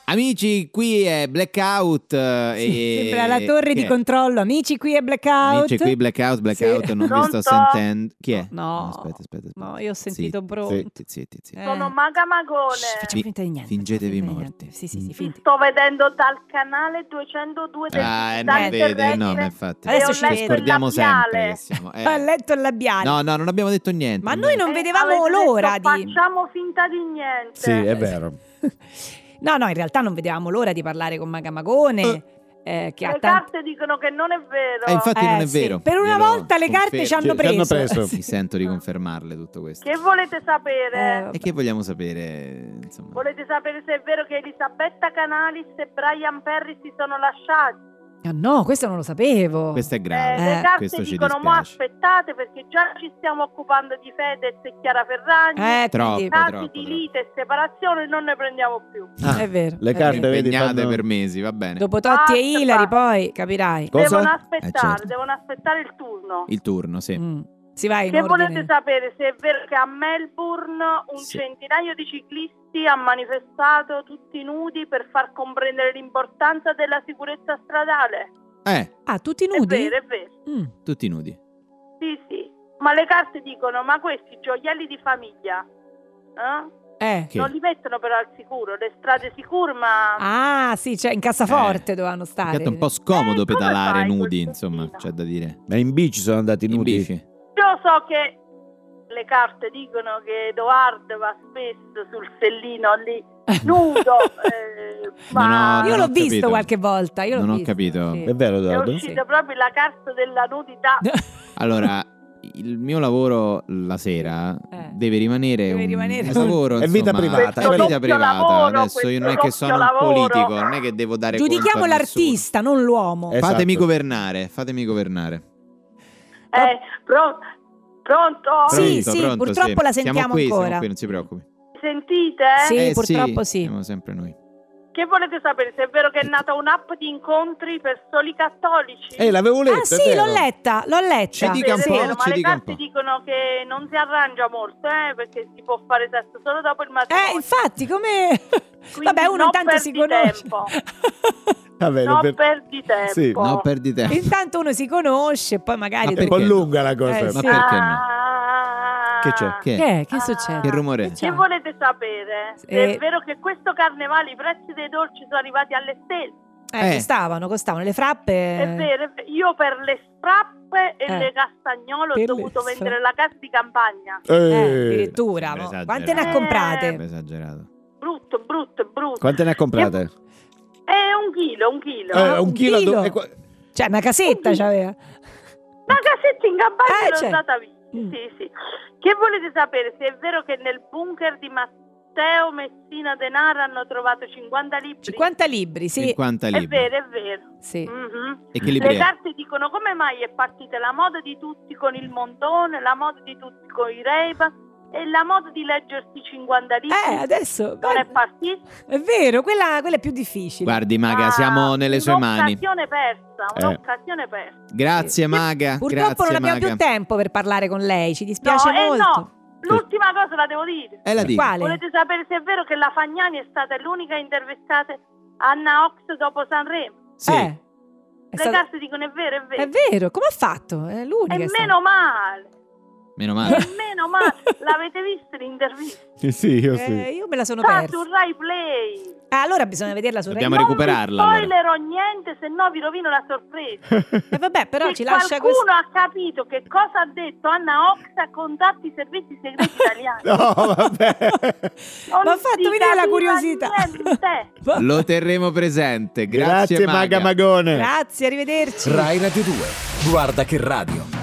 Speaker 2: Amici, qui è Blackout eh, e...
Speaker 3: Sembra la torre di
Speaker 2: che è?
Speaker 3: controllo. Amici, qui è blackout.
Speaker 2: Amici, qui Blackout, Blackout,
Speaker 3: Sì.
Speaker 2: non vi sto
Speaker 7: Pronto?
Speaker 2: sentendo. Chi è?
Speaker 3: No.
Speaker 2: aspetta, aspetta, aspetta.
Speaker 3: No, io ho sentito
Speaker 2: Zitti,
Speaker 3: bro.
Speaker 2: zitti, zitti, zitti.
Speaker 3: Eh.
Speaker 7: Sono Maga
Speaker 3: Shh,
Speaker 7: Magone.
Speaker 3: Facciamo
Speaker 2: Vi-
Speaker 3: finta di niente.
Speaker 2: fingetevi
Speaker 3: facciamo finta di
Speaker 2: morti. Mm.
Speaker 3: niente. Sì, sì, sì,
Speaker 7: Vi
Speaker 3: finti.
Speaker 7: sto vedendo dal canale 202 del
Speaker 2: Ah, eh,
Speaker 7: digitale
Speaker 2: non vede, eh, no,
Speaker 7: terrestre
Speaker 2: ma infatti.
Speaker 3: Adesso
Speaker 2: Adesso
Speaker 3: ci
Speaker 2: ci
Speaker 3: vede.
Speaker 2: scordiamo sempre
Speaker 7: Labiale.
Speaker 2: che siamo. eh.
Speaker 3: Ho letto il labiale.
Speaker 2: No, no, non abbiamo detto niente.
Speaker 3: Ma noi non
Speaker 7: Eh,
Speaker 3: vedevamo
Speaker 7: avete
Speaker 3: l'ora
Speaker 7: detto,
Speaker 3: di.
Speaker 7: Facciamo finta di niente.
Speaker 4: Sì, è vero.
Speaker 3: No, no, in realtà non vedevamo l'ora di parlare con Magamagone. eh, che ha
Speaker 7: Le
Speaker 3: tanto.
Speaker 7: carte dicono che non è vero.
Speaker 2: Eh, infatti non
Speaker 3: Eh,
Speaker 2: è
Speaker 3: sì.
Speaker 2: vero.
Speaker 3: Per una
Speaker 2: Glielo
Speaker 3: volta le carte ci
Speaker 2: confermo.
Speaker 3: hanno
Speaker 4: Ci- ci hanno
Speaker 3: preso.
Speaker 4: preso.
Speaker 3: Sì.
Speaker 7: Ah.
Speaker 2: Mi sento di confermarle tutto questo.
Speaker 7: Che volete sapere?
Speaker 3: Eh,
Speaker 2: E che vogliamo sapere? insomma.
Speaker 7: Volete sapere se è vero che Elisabetta Canalis e Brian Perry si sono lasciati?
Speaker 3: Ah no, questo non lo sapevo.
Speaker 2: Questo è
Speaker 7: Eh,
Speaker 2: grave.
Speaker 3: Eh,
Speaker 7: le carte
Speaker 2: questo ci
Speaker 7: dicono mo
Speaker 2: dispiace."
Speaker 7: aspettate perché già ci stiamo occupando di Fedez e Chiara Ferragni.
Speaker 3: Eh,
Speaker 2: Troppo.
Speaker 3: quindi-
Speaker 7: casi
Speaker 2: troppo,
Speaker 7: di
Speaker 2: troppo.
Speaker 7: lite e separazione non ne prendiamo più.
Speaker 3: è
Speaker 2: Ah,
Speaker 3: vero.
Speaker 4: le
Speaker 3: è
Speaker 4: carte-
Speaker 3: vero.
Speaker 4: vedi,
Speaker 2: Impegnate
Speaker 4: fanno-
Speaker 2: per mesi, va bene.
Speaker 3: Dopo Totti e
Speaker 7: Basta,
Speaker 3: Ilari,
Speaker 7: basta.
Speaker 3: poi capirai.
Speaker 4: Cosa?
Speaker 7: Devono
Speaker 2: Eh,
Speaker 7: aspettare,
Speaker 2: certo.
Speaker 7: devono aspettare il turno.
Speaker 2: Il turno, sì.
Speaker 3: Mm. Si va in
Speaker 7: Che
Speaker 3: ordine.
Speaker 7: volete sapere se è vero che a Melbourne un
Speaker 2: Sì.
Speaker 7: centinaio di ciclisti ha manifestato tutti nudi per far comprendere l'importanza della sicurezza stradale?
Speaker 2: Eh,
Speaker 3: Ah, tutti
Speaker 7: È
Speaker 3: nudi?
Speaker 7: vero, è vero.
Speaker 3: Mm.
Speaker 2: tutti nudi.
Speaker 7: Sì, sì. Ma le carte dicono, ma questi gioielli di famiglia eh?
Speaker 3: Eh.
Speaker 2: Che?
Speaker 7: non li mettono però al sicuro, le strade sicure, ma...
Speaker 3: Ah, sì, cioè in cassaforte dovevano stare.
Speaker 2: È Eh, un po' scomodo
Speaker 7: Eh, come
Speaker 2: pedalare
Speaker 7: fai col
Speaker 2: nudi,
Speaker 7: cestino?
Speaker 2: insomma, c'è da dire.
Speaker 4: Ma in bici sono andati
Speaker 2: In
Speaker 4: nudi.
Speaker 2: bici.
Speaker 7: Io so che le carte dicono che Edoardo va spesso sul sellino lì, nudo, eh, ma
Speaker 2: No, no,
Speaker 3: Io
Speaker 2: non
Speaker 3: l'ho
Speaker 2: ho
Speaker 3: visto
Speaker 2: capito.
Speaker 3: qualche volta. Io l'ho
Speaker 2: Non ho
Speaker 3: visto,
Speaker 2: capito.
Speaker 3: sì.
Speaker 4: È vero,
Speaker 7: è
Speaker 4: Dodo?
Speaker 3: Sì.
Speaker 7: uscita proprio la carta della nudità.
Speaker 2: Allora, il mio lavoro la sera
Speaker 3: Eh.
Speaker 2: deve rimanere
Speaker 3: Deve
Speaker 2: un
Speaker 3: rimanere un-
Speaker 2: lavoro,
Speaker 4: È vita
Speaker 2: insomma,
Speaker 4: privata,
Speaker 2: è
Speaker 4: questo
Speaker 2: vita
Speaker 7: doppio
Speaker 2: privata.
Speaker 7: lavoro,
Speaker 2: Adesso io non è
Speaker 7: questo
Speaker 2: che sono un
Speaker 7: doppio
Speaker 2: politico,
Speaker 7: lavoro.
Speaker 2: non è che devo dare
Speaker 3: Giudichiamo
Speaker 2: conto a
Speaker 3: l'artista, non l'uomo.
Speaker 4: Eh,
Speaker 2: nessuno. Fatemi
Speaker 4: Esatto.
Speaker 2: governare, fatemi governare.
Speaker 7: Eh, pro- pronto?
Speaker 3: Sì,
Speaker 2: Pronto, pronto,
Speaker 3: purtroppo
Speaker 2: Siamo
Speaker 3: la sentiamo
Speaker 2: qui,
Speaker 3: ancora.
Speaker 2: Siamo qui, non si preoccupi.
Speaker 7: Sentite?
Speaker 3: Sì,
Speaker 2: Eh,
Speaker 3: purtroppo sì.
Speaker 2: Siamo sempre noi.
Speaker 7: Che volete sapere se è vero che è nata un'app di incontri per soli cattolici?
Speaker 4: Eh, l'avevo letto.
Speaker 3: Ah
Speaker 4: è
Speaker 3: sì,
Speaker 4: vero.
Speaker 3: l'ho letta, l'ho letta.
Speaker 2: Ci dica un
Speaker 7: Sì,
Speaker 2: po',
Speaker 7: è vero, ma
Speaker 2: ci
Speaker 7: le
Speaker 2: dica un
Speaker 7: carte
Speaker 2: po'.
Speaker 7: dicono che non si arrangia molto, eh, perché si può fare sesso solo dopo il matrimonio.
Speaker 3: Eh, infatti, come...
Speaker 7: Quindi
Speaker 3: Vabbè, uno
Speaker 7: non
Speaker 3: intanto si
Speaker 7: perdi
Speaker 3: conosce.
Speaker 7: tempo.
Speaker 4: Va bene,
Speaker 7: No,
Speaker 4: Ah, per-
Speaker 7: perdi tempo.
Speaker 4: Sì.
Speaker 7: Oh.
Speaker 2: No, perdi tempo.
Speaker 3: Intanto uno si conosce, poi magari...
Speaker 2: Ma
Speaker 4: È un po'
Speaker 2: perché no?
Speaker 4: lunga la cosa.
Speaker 3: Eh,
Speaker 2: Ma
Speaker 3: sì.
Speaker 2: perché no?
Speaker 7: Ah.
Speaker 4: Che c'è?
Speaker 2: Che?
Speaker 3: Che, è?
Speaker 7: Ah.
Speaker 3: che succede?
Speaker 2: Che rumore è?
Speaker 3: Che c'è?
Speaker 7: Che volete sapere? Se
Speaker 3: Eh.
Speaker 7: È vero che questo carnevale i prezzi dei dolci sono arrivati alle stelle.
Speaker 3: Eh,
Speaker 2: Eh.
Speaker 3: costavano, costavano le frappe.
Speaker 7: È vero, è vero. io per le strappe e
Speaker 3: Eh.
Speaker 7: le
Speaker 3: Per
Speaker 7: castagnole ho
Speaker 3: le
Speaker 7: dovuto
Speaker 3: stra-
Speaker 7: vendere la casa di campagna.
Speaker 3: Eh,
Speaker 4: Eh,
Speaker 3: addirittura.
Speaker 2: Sembra
Speaker 3: mo.
Speaker 2: esagerato.
Speaker 3: Quante ne ha
Speaker 7: Eh.
Speaker 2: Sempre
Speaker 3: comprate?
Speaker 2: esagerato.
Speaker 7: Brutto, brutto, brutto.
Speaker 4: Quante ne ha comprate?
Speaker 7: È un chilo, un chilo.
Speaker 4: Eh,
Speaker 3: un
Speaker 4: un chilo.
Speaker 3: chilo.
Speaker 4: do- e qua-
Speaker 3: Cioè, una casetta c'aveva.
Speaker 7: La casetta in campagna
Speaker 3: Eh,
Speaker 7: l'ho
Speaker 3: certo.
Speaker 7: data via.
Speaker 3: Mm.
Speaker 7: Sì, sì. Che volete sapere se è vero che nel bunker di Matteo Messina Denaro hanno trovato 50 libri?
Speaker 3: 50 libri, sì.
Speaker 2: 50
Speaker 7: È
Speaker 2: libri.
Speaker 7: vero, è vero.
Speaker 3: sì.
Speaker 7: Mhm.
Speaker 2: E che
Speaker 7: Le
Speaker 2: libri è?
Speaker 7: carte dicono come mai è partita la moda di tutti con il montone, la moda di tutti con i Ray-Ban e la moda di leggersi 50 libri.
Speaker 3: Eh, adesso...
Speaker 7: non è
Speaker 3: guarda,
Speaker 7: partita.
Speaker 3: è vero, quella, quella è più difficile.
Speaker 2: Guardi, Maga,
Speaker 7: Ah,
Speaker 2: siamo nelle sue mani.
Speaker 7: Un'occasione persa,
Speaker 4: Eh.
Speaker 7: un'occasione persa.
Speaker 2: Grazie, Maga.
Speaker 3: Purtroppo
Speaker 2: Grazie,
Speaker 3: non abbiamo
Speaker 2: Maga.
Speaker 3: più tempo per parlaare con lei, ci dispiace
Speaker 7: no, eh,
Speaker 3: molto.
Speaker 7: no, l'ultima cosa la devo dire.
Speaker 2: E la dico.
Speaker 3: Quale?
Speaker 7: Volete sapere se è vero che la Fagnani è stata l'unica intervistata Anna Ox dopo Sanremo?
Speaker 2: Sì.
Speaker 3: Eh, è,
Speaker 7: Le
Speaker 3: stato-
Speaker 7: carte dicono è vero, è vero.
Speaker 3: è vero, come ha fatto? È l'unica.
Speaker 7: E
Speaker 3: è stata.
Speaker 7: meno male,
Speaker 2: Meno male.
Speaker 7: e meno male. L'avete vista l'intervista?
Speaker 4: Sì, io sì.
Speaker 3: Eh, io me la sono
Speaker 7: Sta
Speaker 3: persa.
Speaker 7: su Rai Play.
Speaker 3: Ah, allora bisogna vederla su
Speaker 2: Dobbiamo
Speaker 3: Rai.
Speaker 2: recuperarla,
Speaker 7: Non
Speaker 2: allora.
Speaker 7: vi spoilerò niente, se no vi rovino la sorpresa.
Speaker 3: Eh, vabbè, però
Speaker 7: se
Speaker 3: ci lascia
Speaker 7: qualcuno
Speaker 3: questo.
Speaker 7: ha capito che cosa ha detto Anna Oxa, contatti i servizi segreti italiani.
Speaker 4: No, vabbè.
Speaker 7: Non
Speaker 3: Mi ha fatto
Speaker 7: si
Speaker 3: venire la
Speaker 7: capiva
Speaker 3: curiosità.
Speaker 7: niente.
Speaker 2: Lo terremo presente. Grazie,
Speaker 4: Grazie, Maga Magone.
Speaker 3: Grazie, arrivederci.
Speaker 1: Rai Radio 2. Guarda che radio.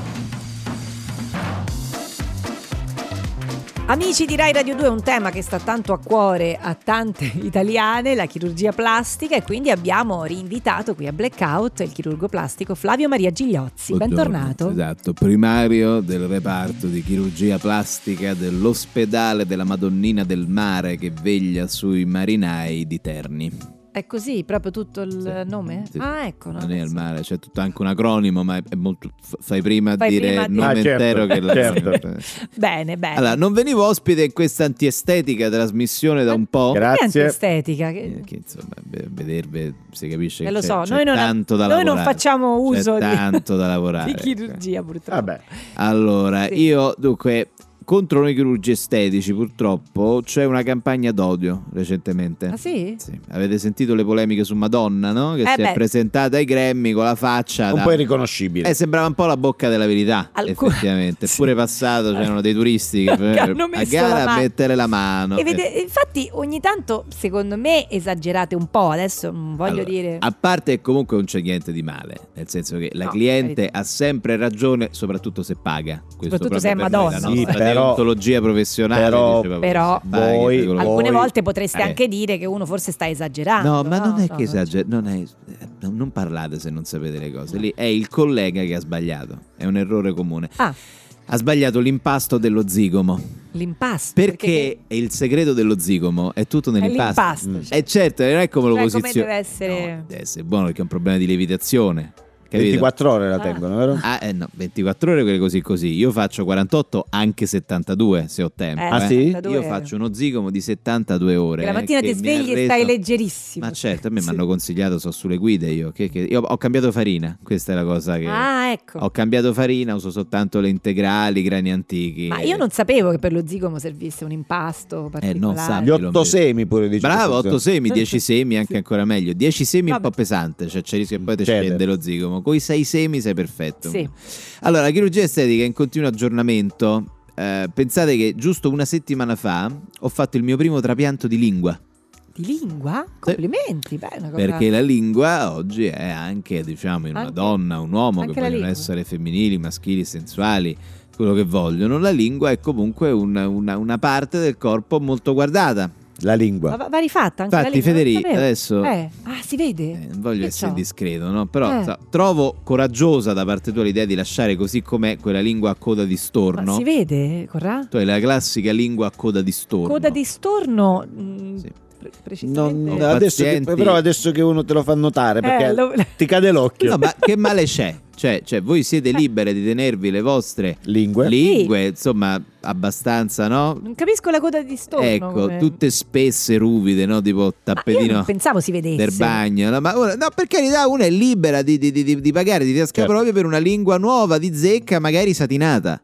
Speaker 3: Amici di Rai Radio 2 è un tema che sta tanto a cuore a tante italiane, la chirurgia plastica, e quindi abbiamo rinvitato qui a Blackout il chirurgo plastico Flavio Maria Gigliozzi. Bentornato.
Speaker 2: Esatto, primario del reparto di chirurgia plastica dell'ospedale della Madonnina del Mare che veglia sui marinai di Terni.
Speaker 3: È così proprio tutto il
Speaker 2: Sì.
Speaker 3: nome?
Speaker 2: Sì, sì.
Speaker 3: Ah, ecco. no,
Speaker 2: Non è al
Speaker 3: sì.
Speaker 2: mare, c'è tutto anche un acronimo, ma è molto- f- fai prima a
Speaker 3: Fai
Speaker 2: dire
Speaker 3: prima a
Speaker 2: il
Speaker 3: dire.
Speaker 2: nome
Speaker 4: Ah, certo,
Speaker 2: intero che
Speaker 4: certo.
Speaker 3: Bene, bene.
Speaker 2: Allora, non venivo ospite in questa antiestetica trasmissione da un po'.
Speaker 3: Niente
Speaker 4: Grazie.
Speaker 3: estetica. Che...
Speaker 2: Eh, Che insomma, be- vedervi si capisce
Speaker 3: Eh,
Speaker 2: che
Speaker 3: lo
Speaker 2: c'è,
Speaker 3: so,
Speaker 2: c'è
Speaker 3: noi non-
Speaker 2: tanto da
Speaker 3: noi non
Speaker 2: lavorare.
Speaker 3: facciamo
Speaker 2: C'è
Speaker 3: uso di-
Speaker 2: tanto da lavorare. ecco.
Speaker 3: Di
Speaker 2: eh.
Speaker 3: chirurgia, purtroppo.
Speaker 4: Vabbè.
Speaker 2: Allora,
Speaker 3: Sì.
Speaker 2: io dunque contro noi chirurgi estetici purtroppo c'è una campagna d'odio recentemente.
Speaker 3: Ah, sì?
Speaker 2: Sì. Avete sentito le polemiche su Madonna, no? Che
Speaker 3: Eh,
Speaker 2: si
Speaker 3: beh.
Speaker 2: è presentata ai Grammy con la faccia
Speaker 4: Un
Speaker 2: da-
Speaker 4: po' irriconoscibile.
Speaker 2: eh, sembrava un po' la bocca della verità,
Speaker 3: Alcun-
Speaker 2: effettivamente.
Speaker 3: Sì.
Speaker 2: Eppure passato c'erano dei turisti che,
Speaker 3: Che hanno
Speaker 2: a
Speaker 3: messo la
Speaker 2: gara a
Speaker 3: mano.
Speaker 2: mettere la mano.
Speaker 3: E vede-
Speaker 2: Eh.
Speaker 3: infatti ogni tanto, secondo me, esagerate un po', adesso non voglio
Speaker 2: Allora,
Speaker 3: dire...
Speaker 2: A parte che comunque non c'è niente di male, nel senso che la
Speaker 3: No,
Speaker 2: cliente
Speaker 3: carità.
Speaker 2: ha sempre ragione, soprattutto se paga. Questo
Speaker 3: Soprattutto
Speaker 2: proprio
Speaker 3: se
Speaker 2: per
Speaker 3: è
Speaker 2: noi, la
Speaker 3: Madonna.
Speaker 2: nostra
Speaker 4: Sì, però Però-
Speaker 2: ontologia professionale.
Speaker 4: però-
Speaker 2: diceva
Speaker 3: Però-
Speaker 2: questo. Dai,
Speaker 4: Voi-
Speaker 2: che quello-
Speaker 4: voi-
Speaker 3: Alcune volte potreste
Speaker 2: Eh.
Speaker 3: anche dire che uno forse sta esagerando.
Speaker 2: No, ma non è che
Speaker 3: esagera
Speaker 2: esagera, non, è- eh, non parlate se non sapete le cose. Lì è il collega che ha sbagliato, è un errore comune.
Speaker 3: Ah.
Speaker 2: Ha sbagliato l'impasto dello zigomo.
Speaker 3: L'impasto.
Speaker 2: Perché il segreto dello zigomo è tutto
Speaker 3: che- è
Speaker 2: nell'impasto.
Speaker 3: l'impasto.
Speaker 4: Mm.
Speaker 3: cioè.
Speaker 2: E certo, non è come lo
Speaker 3: Cioè, come
Speaker 2: posiziono.
Speaker 3: deve essere-
Speaker 2: No, deve essere buono perché è un problema di levitazione. Capito?
Speaker 4: 24 ore la
Speaker 3: Ah.
Speaker 4: tengono, vero?
Speaker 2: Ah, eh, no, 24 ore quelle così così. Io faccio 48, anche 72 se ho tempo.
Speaker 3: Eh,
Speaker 4: Ah,
Speaker 2: eh.
Speaker 4: sì?
Speaker 3: 72
Speaker 2: Io
Speaker 3: euro.
Speaker 2: faccio uno zigomo di 72 ore.
Speaker 3: Che la mattina
Speaker 2: eh, che
Speaker 3: ti
Speaker 2: mi ha
Speaker 3: svegli e
Speaker 2: reso-
Speaker 3: stai leggerissimo.
Speaker 2: Ma certo, a me
Speaker 3: Sì.
Speaker 2: mi hanno consigliato, so sulle guide io. Che, che- Io ho cambiato farina, questa è la cosa che...
Speaker 3: Ah, ecco.
Speaker 2: Ho cambiato farina, uso soltanto le integrali, i grani antichi.
Speaker 3: Ma io non sapevo che per lo zigomo servisse un impasto
Speaker 2: Eh,
Speaker 3: particolare.
Speaker 2: sa,
Speaker 4: Gli otto semi pure dice.
Speaker 2: Bravo, 8 semi, 10 semi anche
Speaker 3: Sì.
Speaker 2: ancora meglio. 10 semi è un
Speaker 3: Vabbè.
Speaker 2: po' pesante, cioè c'è il rischio che poi ti
Speaker 4: Cede.
Speaker 2: scende lo zigomo. Con i 6 semi sei perfetto.
Speaker 3: Sì.
Speaker 2: Allora, la chirurgia estetica è in continuo aggiornamento. Eh, pensate che giusto una settimana fa ho fatto il mio primo trapianto di lingua,
Speaker 3: Di lingua? Complimenti, beh, una cosa-
Speaker 2: perché la lingua oggi è anche, diciamo, in una
Speaker 3: Anche-
Speaker 2: donna, un uomo che
Speaker 3: anche la
Speaker 2: vogliono
Speaker 3: lingua.
Speaker 2: essere femminili, maschili, sensuali, quello che vogliono. La lingua è comunque una- una- una parte del corpo molto guardata.
Speaker 4: La lingua.
Speaker 3: Ma va, va rifatta anche
Speaker 2: Infatti,
Speaker 3: la lingua, non
Speaker 2: Federica,
Speaker 3: sapevo.
Speaker 2: adesso
Speaker 3: Eh, ah, si vede?
Speaker 2: Eh, non voglio
Speaker 3: Che
Speaker 2: essere
Speaker 3: c'ho?
Speaker 2: indiscreto, no? Però
Speaker 3: Eh.
Speaker 2: so, trovo coraggiosa da parte tua l'idea di lasciare così com'è quella lingua a coda di
Speaker 3: Ma
Speaker 2: storno.
Speaker 3: si vede, Corrà?
Speaker 2: Tu hai la classica lingua a coda di storno.
Speaker 3: Coda di storno, mh,
Speaker 2: Sì. eh,
Speaker 3: pre-
Speaker 4: Non-
Speaker 3: precisamente.
Speaker 4: no, adesso che-
Speaker 2: Pazienti.
Speaker 4: però adesso che uno te lo fa notare perché
Speaker 3: Eh, lo-
Speaker 4: ti cade l'occhio.
Speaker 2: No, ma che male c'è? Cioè, cioè, voi
Speaker 3: Eh.
Speaker 2: siete libere di tenervi le vostre
Speaker 4: Lingue.
Speaker 2: lingue, insomma, abbastanza, no?
Speaker 3: Non capisco la coda di storno.
Speaker 2: ecco,
Speaker 3: come-
Speaker 2: tutte spesse, ruvide, no? Tipo
Speaker 3: Ma Ah, io
Speaker 2: tappetino
Speaker 3: non pensavo si vedesse.
Speaker 2: del bagno. No, ma ora- no, per carità, una è libera di, di- di- di- di pagare di tasca
Speaker 4: Certo.
Speaker 2: proprio per una lingua nuova di zecca, magari satinata.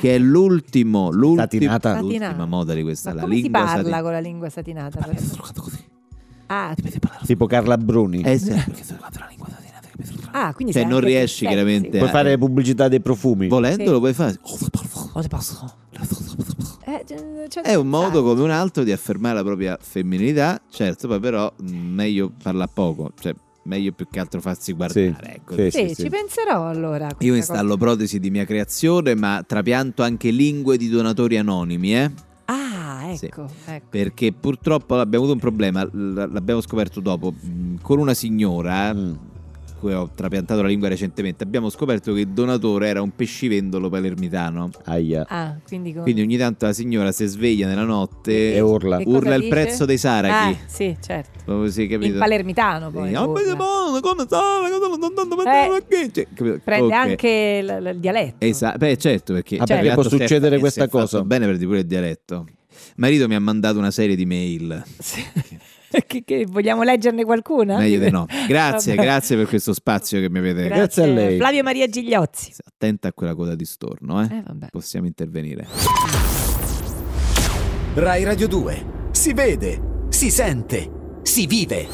Speaker 2: Che è l'ultimo, l'ultimo
Speaker 4: Satinata?
Speaker 2: l'ultima moda di questa
Speaker 3: Ma
Speaker 2: la
Speaker 3: come si
Speaker 2: lingua
Speaker 3: parla
Speaker 2: satinata.
Speaker 3: con la lingua satinata?
Speaker 2: Così.
Speaker 3: Ah,
Speaker 2: Dovete parlare
Speaker 4: Tipo Carla Bruni.
Speaker 2: Eh, sì, perché sono la lingua satinata, capito?
Speaker 3: ah, quindi
Speaker 2: Cioè,
Speaker 3: sei
Speaker 2: non
Speaker 3: anche
Speaker 2: riesci
Speaker 3: più
Speaker 2: chiaramente
Speaker 3: sexy.
Speaker 4: Puoi fare pubblicità dei profumi.
Speaker 2: Volendo
Speaker 3: Sì.
Speaker 2: lo puoi fare.
Speaker 3: Oh, Eh, c- c'è-
Speaker 2: È un modo
Speaker 3: esatto.
Speaker 2: come un altro di affermare la propria femminilità, certo, poi però mh, meglio parla poco, cioè meglio più che altro farsi guardare, ecco.
Speaker 3: Sì,
Speaker 4: sì, sì,
Speaker 3: ci
Speaker 4: sì.
Speaker 3: penserò allora. a
Speaker 2: Io
Speaker 3: questa
Speaker 2: installo protesi di mia creazione, ma trapianto anche lingue di donatori anonimi, eh?
Speaker 3: cosa. Ah,
Speaker 2: Sì.
Speaker 3: ecco, ecco.
Speaker 2: Perché purtroppo abbiamo avuto un problema, l- l'abbiamo scoperto dopo, mh, con una signora
Speaker 4: Mm.
Speaker 2: cui ho trapiantato la lingua recentemente, abbiamo scoperto che il donatore era un pescivendolo palermitano.
Speaker 4: Aia.
Speaker 3: Ah, quindi con...
Speaker 2: Quindi ogni tanto la signora si sveglia nella notte
Speaker 4: E urla.
Speaker 3: Che cosa
Speaker 2: urla il
Speaker 3: dice?
Speaker 2: prezzo dei
Speaker 3: Ah,
Speaker 2: sarachi.
Speaker 3: sì, certo.
Speaker 2: Proprio così, capito?
Speaker 3: In palermitano poi.
Speaker 2: Sì, "Ah, ma
Speaker 3: urla.
Speaker 2: che buono, come sta? Cosa non- non- non- non-
Speaker 3: Eh,
Speaker 2: non- che-" Cioè, capito?
Speaker 3: Prende
Speaker 2: Ok.
Speaker 3: anche l- l- il dialetto.
Speaker 2: Esatto, beh certo perché,
Speaker 4: Ah,
Speaker 2: cioè,
Speaker 4: perché
Speaker 2: tanto
Speaker 4: può
Speaker 2: se è
Speaker 4: succedere
Speaker 2: fa- se
Speaker 4: questa
Speaker 2: è fatto
Speaker 4: cosa.
Speaker 2: Bene, perdi pure il dialetto. Marito mi ha mandato una serie di mail.
Speaker 3: Sì. che, che- vogliamo leggerne qualcuna?
Speaker 2: Meglio di no. Grazie,
Speaker 3: Vabbè.
Speaker 2: grazie per questo spazio che mi avete.
Speaker 4: Grazie. a lei.
Speaker 3: Flavio Maria Gigliozzi.
Speaker 2: Attenta a quella coda di storno, eh.
Speaker 3: Eh, vabbè.
Speaker 2: Possiamo intervenire.
Speaker 1: Rai Radio 2. Si vede, si sente, si vive.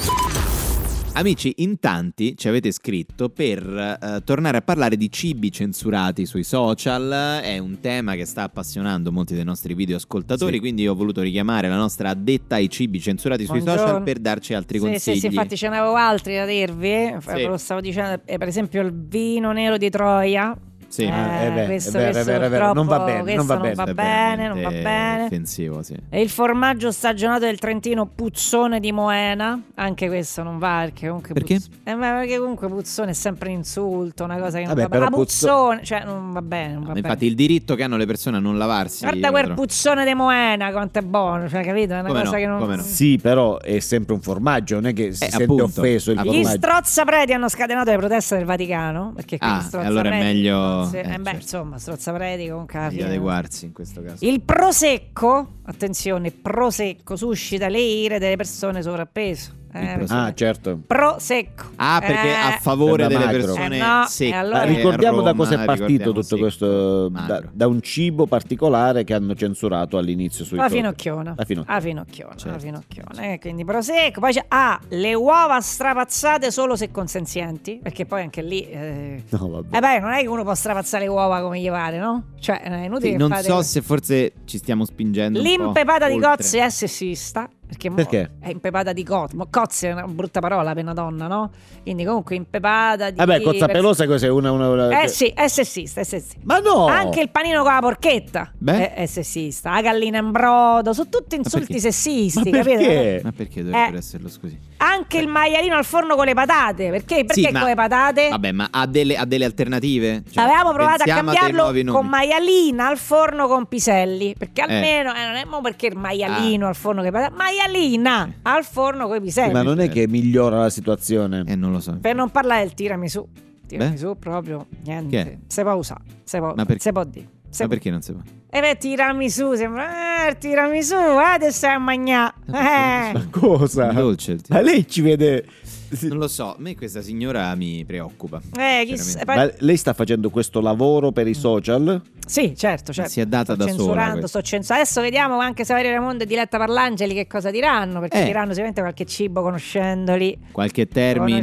Speaker 2: Amici, in tanti ci avete scritto per eh, tornare a parlare di cibi censurati sui social, è un tema che sta appassionando molti dei nostri videoascoltatori, quindi io ho voluto richiamare la nostra addetta ai cibi censurati sui
Speaker 3: Buongiorno.
Speaker 2: social per darci altri
Speaker 3: Sì,
Speaker 2: consigli.
Speaker 3: sì, sì, infatti ce n'avevo altri da dirvi. eh,
Speaker 2: Sì.
Speaker 3: Ve lo stavo dicendo, eh, per esempio il vino nero di Troia. Eh,
Speaker 2: Sì.
Speaker 4: Ah, è vero, è
Speaker 3: questo,
Speaker 4: vero, è
Speaker 3: questo
Speaker 4: vero, è vero. Non va
Speaker 3: purtroppo,
Speaker 4: bene,
Speaker 3: questo
Speaker 4: non va
Speaker 3: non
Speaker 4: bene.
Speaker 3: va
Speaker 2: È
Speaker 3: bene, non va
Speaker 2: veramente
Speaker 3: bene.
Speaker 2: Offensivo, sì.
Speaker 3: E il formaggio stagionato del Trentino Puzzone di Moena, anche questo non va perché comunque
Speaker 2: Perché?
Speaker 3: Puzz- Eh, ma perché comunque Puzzone è sempre un insulto, una cosa che non
Speaker 4: Vabbè,
Speaker 3: va bene. Ah,
Speaker 4: però Puzzo-
Speaker 3: Puzzone, cioè non va bene, non va
Speaker 2: Ah, Ma
Speaker 3: bene.
Speaker 2: Infatti il diritto che hanno le persone a non lavarsi.
Speaker 3: Guarda quel
Speaker 2: Pedro.
Speaker 3: puzzone di Moena quanto è buono, cioè capito? È una
Speaker 2: Come
Speaker 3: cosa
Speaker 2: no,
Speaker 3: che non
Speaker 2: come no.
Speaker 4: Sì, però è sempre un formaggio, non è che si
Speaker 2: Eh,
Speaker 4: sente
Speaker 2: appunto,
Speaker 4: offeso il
Speaker 2: appunto.
Speaker 3: Gli
Speaker 4: formaggio.
Speaker 3: strozzapreti hanno scatenato le proteste del Vaticano. Perché qui
Speaker 2: Ah,
Speaker 3: gli strozzapreti,
Speaker 2: allora è meglio-
Speaker 3: non si-
Speaker 2: eh,
Speaker 3: eh, beh,
Speaker 2: certo.
Speaker 3: insomma, strozzapreti con
Speaker 2: Di
Speaker 3: carne.
Speaker 2: adeguarsi in questo caso.
Speaker 3: Il prosecco, attenzione, prosecco suscita le ire delle persone sovrappeso. Eh,
Speaker 2: Il prosecco. cioè-
Speaker 4: Ah, certo.
Speaker 3: prosecco.
Speaker 2: Ah, perché
Speaker 3: Eh,
Speaker 2: a favore
Speaker 4: Sembra
Speaker 2: delle
Speaker 4: magro.
Speaker 2: persone
Speaker 3: Eh no, e
Speaker 2: secche.
Speaker 3: allora-
Speaker 4: Ma
Speaker 3: Eh,
Speaker 4: ricordiamo
Speaker 2: a Roma,
Speaker 4: da cosa è partito
Speaker 2: ricordiamo,
Speaker 4: tutto
Speaker 2: sì,
Speaker 4: questo, da,
Speaker 2: magro.
Speaker 4: da un cibo particolare che hanno censurato all'inizio sui
Speaker 3: La
Speaker 4: social.
Speaker 3: finocchiona.
Speaker 4: La finocchiona.
Speaker 3: La finocchiona. la
Speaker 2: Certo.
Speaker 3: finocchiona. Eh, quindi prosecco. Poi c'è ah, le uova strapazzate solo se consenzienti. Perché poi anche lì. Eh,
Speaker 4: No, vabbè.
Speaker 3: eh beh, non è che uno può strapazzare le uova come gli pare, no? Cioè, è inutile
Speaker 2: Sì,
Speaker 3: che
Speaker 2: non
Speaker 3: fate
Speaker 2: so
Speaker 3: que-
Speaker 2: se forse ci stiamo spingendo. un po'
Speaker 3: L'impepata di
Speaker 2: oltre.
Speaker 3: Gozzi è sessista. Perché, mo
Speaker 4: Perché?
Speaker 3: è impepata di cozze. Mo cozze è una brutta parola per una donna, no? Quindi comunque impepata
Speaker 2: Eh
Speaker 3: di
Speaker 4: Vabbè, cozza pelosa cos'è? Una, una, una-
Speaker 3: Eh sì, eh sì, sì, eh sì, sì.
Speaker 4: Ma no!
Speaker 3: Anche il panino con la porchetta
Speaker 2: Oh. Beh.
Speaker 3: è, è sessista. La gallina in brodo, sono tutti insulti
Speaker 2: perché?
Speaker 4: Ma
Speaker 3: sessisti, capito?
Speaker 4: perché?
Speaker 2: Ma perché dovrebbero
Speaker 3: Eh.
Speaker 2: esserlo, scusi?
Speaker 3: Anche il maialino al forno con le patate. Perché? Perché
Speaker 2: Sì,
Speaker 3: con
Speaker 2: ma-
Speaker 3: le patate?
Speaker 2: Vabbè, ma ha delle, ha delle alternative? Cioè,
Speaker 3: Avevamo provato a
Speaker 2: pensiamo a dei nuovi
Speaker 3: cambiarlo
Speaker 2: nomi.
Speaker 3: con maialina al forno con piselli. Perché
Speaker 2: Eh. Ah.
Speaker 3: almeno eh, non è mo perché il maialino al forno con le patate. Maialina
Speaker 2: Eh.
Speaker 3: al forno con i piselli.
Speaker 4: Ma non è che migliora la situazione.
Speaker 2: Eh, non lo so.
Speaker 3: Per non parlare del tirami su. Tirami
Speaker 2: Beh.
Speaker 3: su proprio
Speaker 2: Che è?
Speaker 3: niente. Se può usare, se può,
Speaker 2: Ma perché?
Speaker 3: se può dire. Se
Speaker 2: Ma
Speaker 3: può-
Speaker 2: perché non si può?
Speaker 3: E beh, tirami su, sembra, eh, tirami su, eh, adesso è a magnà.
Speaker 2: Ma
Speaker 3: Eh.
Speaker 4: Ma cosa? Eh.
Speaker 2: È dolce il
Speaker 4: Ma
Speaker 2: tiramisù.
Speaker 4: lei ci vede.
Speaker 2: Non lo so, a me questa signora mi preoccupa.
Speaker 3: Eh, chissà,
Speaker 2: Veramente.
Speaker 3: poi-
Speaker 4: Ma lei sta facendo questo lavoro
Speaker 3: Mm.
Speaker 4: per i social?
Speaker 3: Sì, certo, certo.
Speaker 2: si è data
Speaker 3: sto
Speaker 2: da sola
Speaker 3: censurando,
Speaker 2: questa.
Speaker 3: sto censurando. Adesso vediamo anche Saverio Raimondo e Diletta Parlangeli che cosa diranno, perché
Speaker 2: Eh.
Speaker 3: diranno sicuramente qualche cibo conoscendoli.
Speaker 2: Qualche termine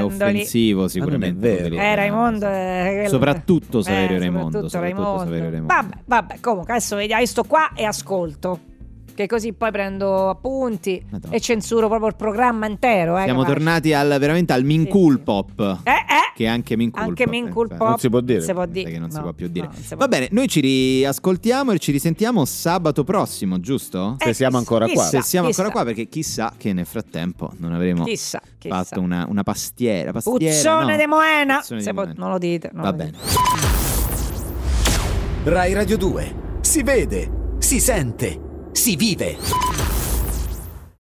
Speaker 3: Conoscendoli.
Speaker 2: offensivo sicuramente.
Speaker 4: vero.
Speaker 2: utilizzerà.
Speaker 3: Eh, Raimondo è quello-
Speaker 2: Soprattutto Saverio
Speaker 3: Eh,
Speaker 2: Raimondo.
Speaker 3: soprattutto
Speaker 2: Soprattutto
Speaker 3: Raimondo.
Speaker 2: Saverio Raimondo.
Speaker 3: Vabbè, vabbè, comunque adesso vediamo, io sto qua e ascolto. Che così poi prendo appunti
Speaker 2: Madonna.
Speaker 3: e censuro proprio il programma intero. Eh,
Speaker 2: Siamo
Speaker 3: capace.
Speaker 2: tornati al, veramente al Mincool Pop.
Speaker 3: Eh, eh.
Speaker 2: Che è anche Mincool
Speaker 3: Anche
Speaker 2: Pop. eh,
Speaker 3: Mincool
Speaker 2: infatti.
Speaker 3: Pop.
Speaker 4: non si può dire.
Speaker 3: Si può
Speaker 2: Sai
Speaker 3: dire.
Speaker 2: che non si
Speaker 3: No,
Speaker 2: può più dire.
Speaker 3: no, non si può
Speaker 2: Va bene, noi ci riascoltiamo e ci risentiamo sabato prossimo, giusto?
Speaker 3: dire.
Speaker 4: se siamo ancora qua.
Speaker 2: Se siamo
Speaker 3: Eh, chissà,
Speaker 2: ancora qua, perché chissà che nel frattempo non avremo
Speaker 3: Chissà, chissà.
Speaker 2: fatto una, una pastiera. pastiera
Speaker 3: Uzzone
Speaker 2: no.
Speaker 3: de Moena.
Speaker 2: Uzzone
Speaker 3: Se
Speaker 2: di
Speaker 3: può-
Speaker 2: Moena.
Speaker 3: non lo dite. non
Speaker 2: Va
Speaker 3: lo dite.
Speaker 2: bene.
Speaker 1: Rai Radio 2. Si vede, si sente, si vive.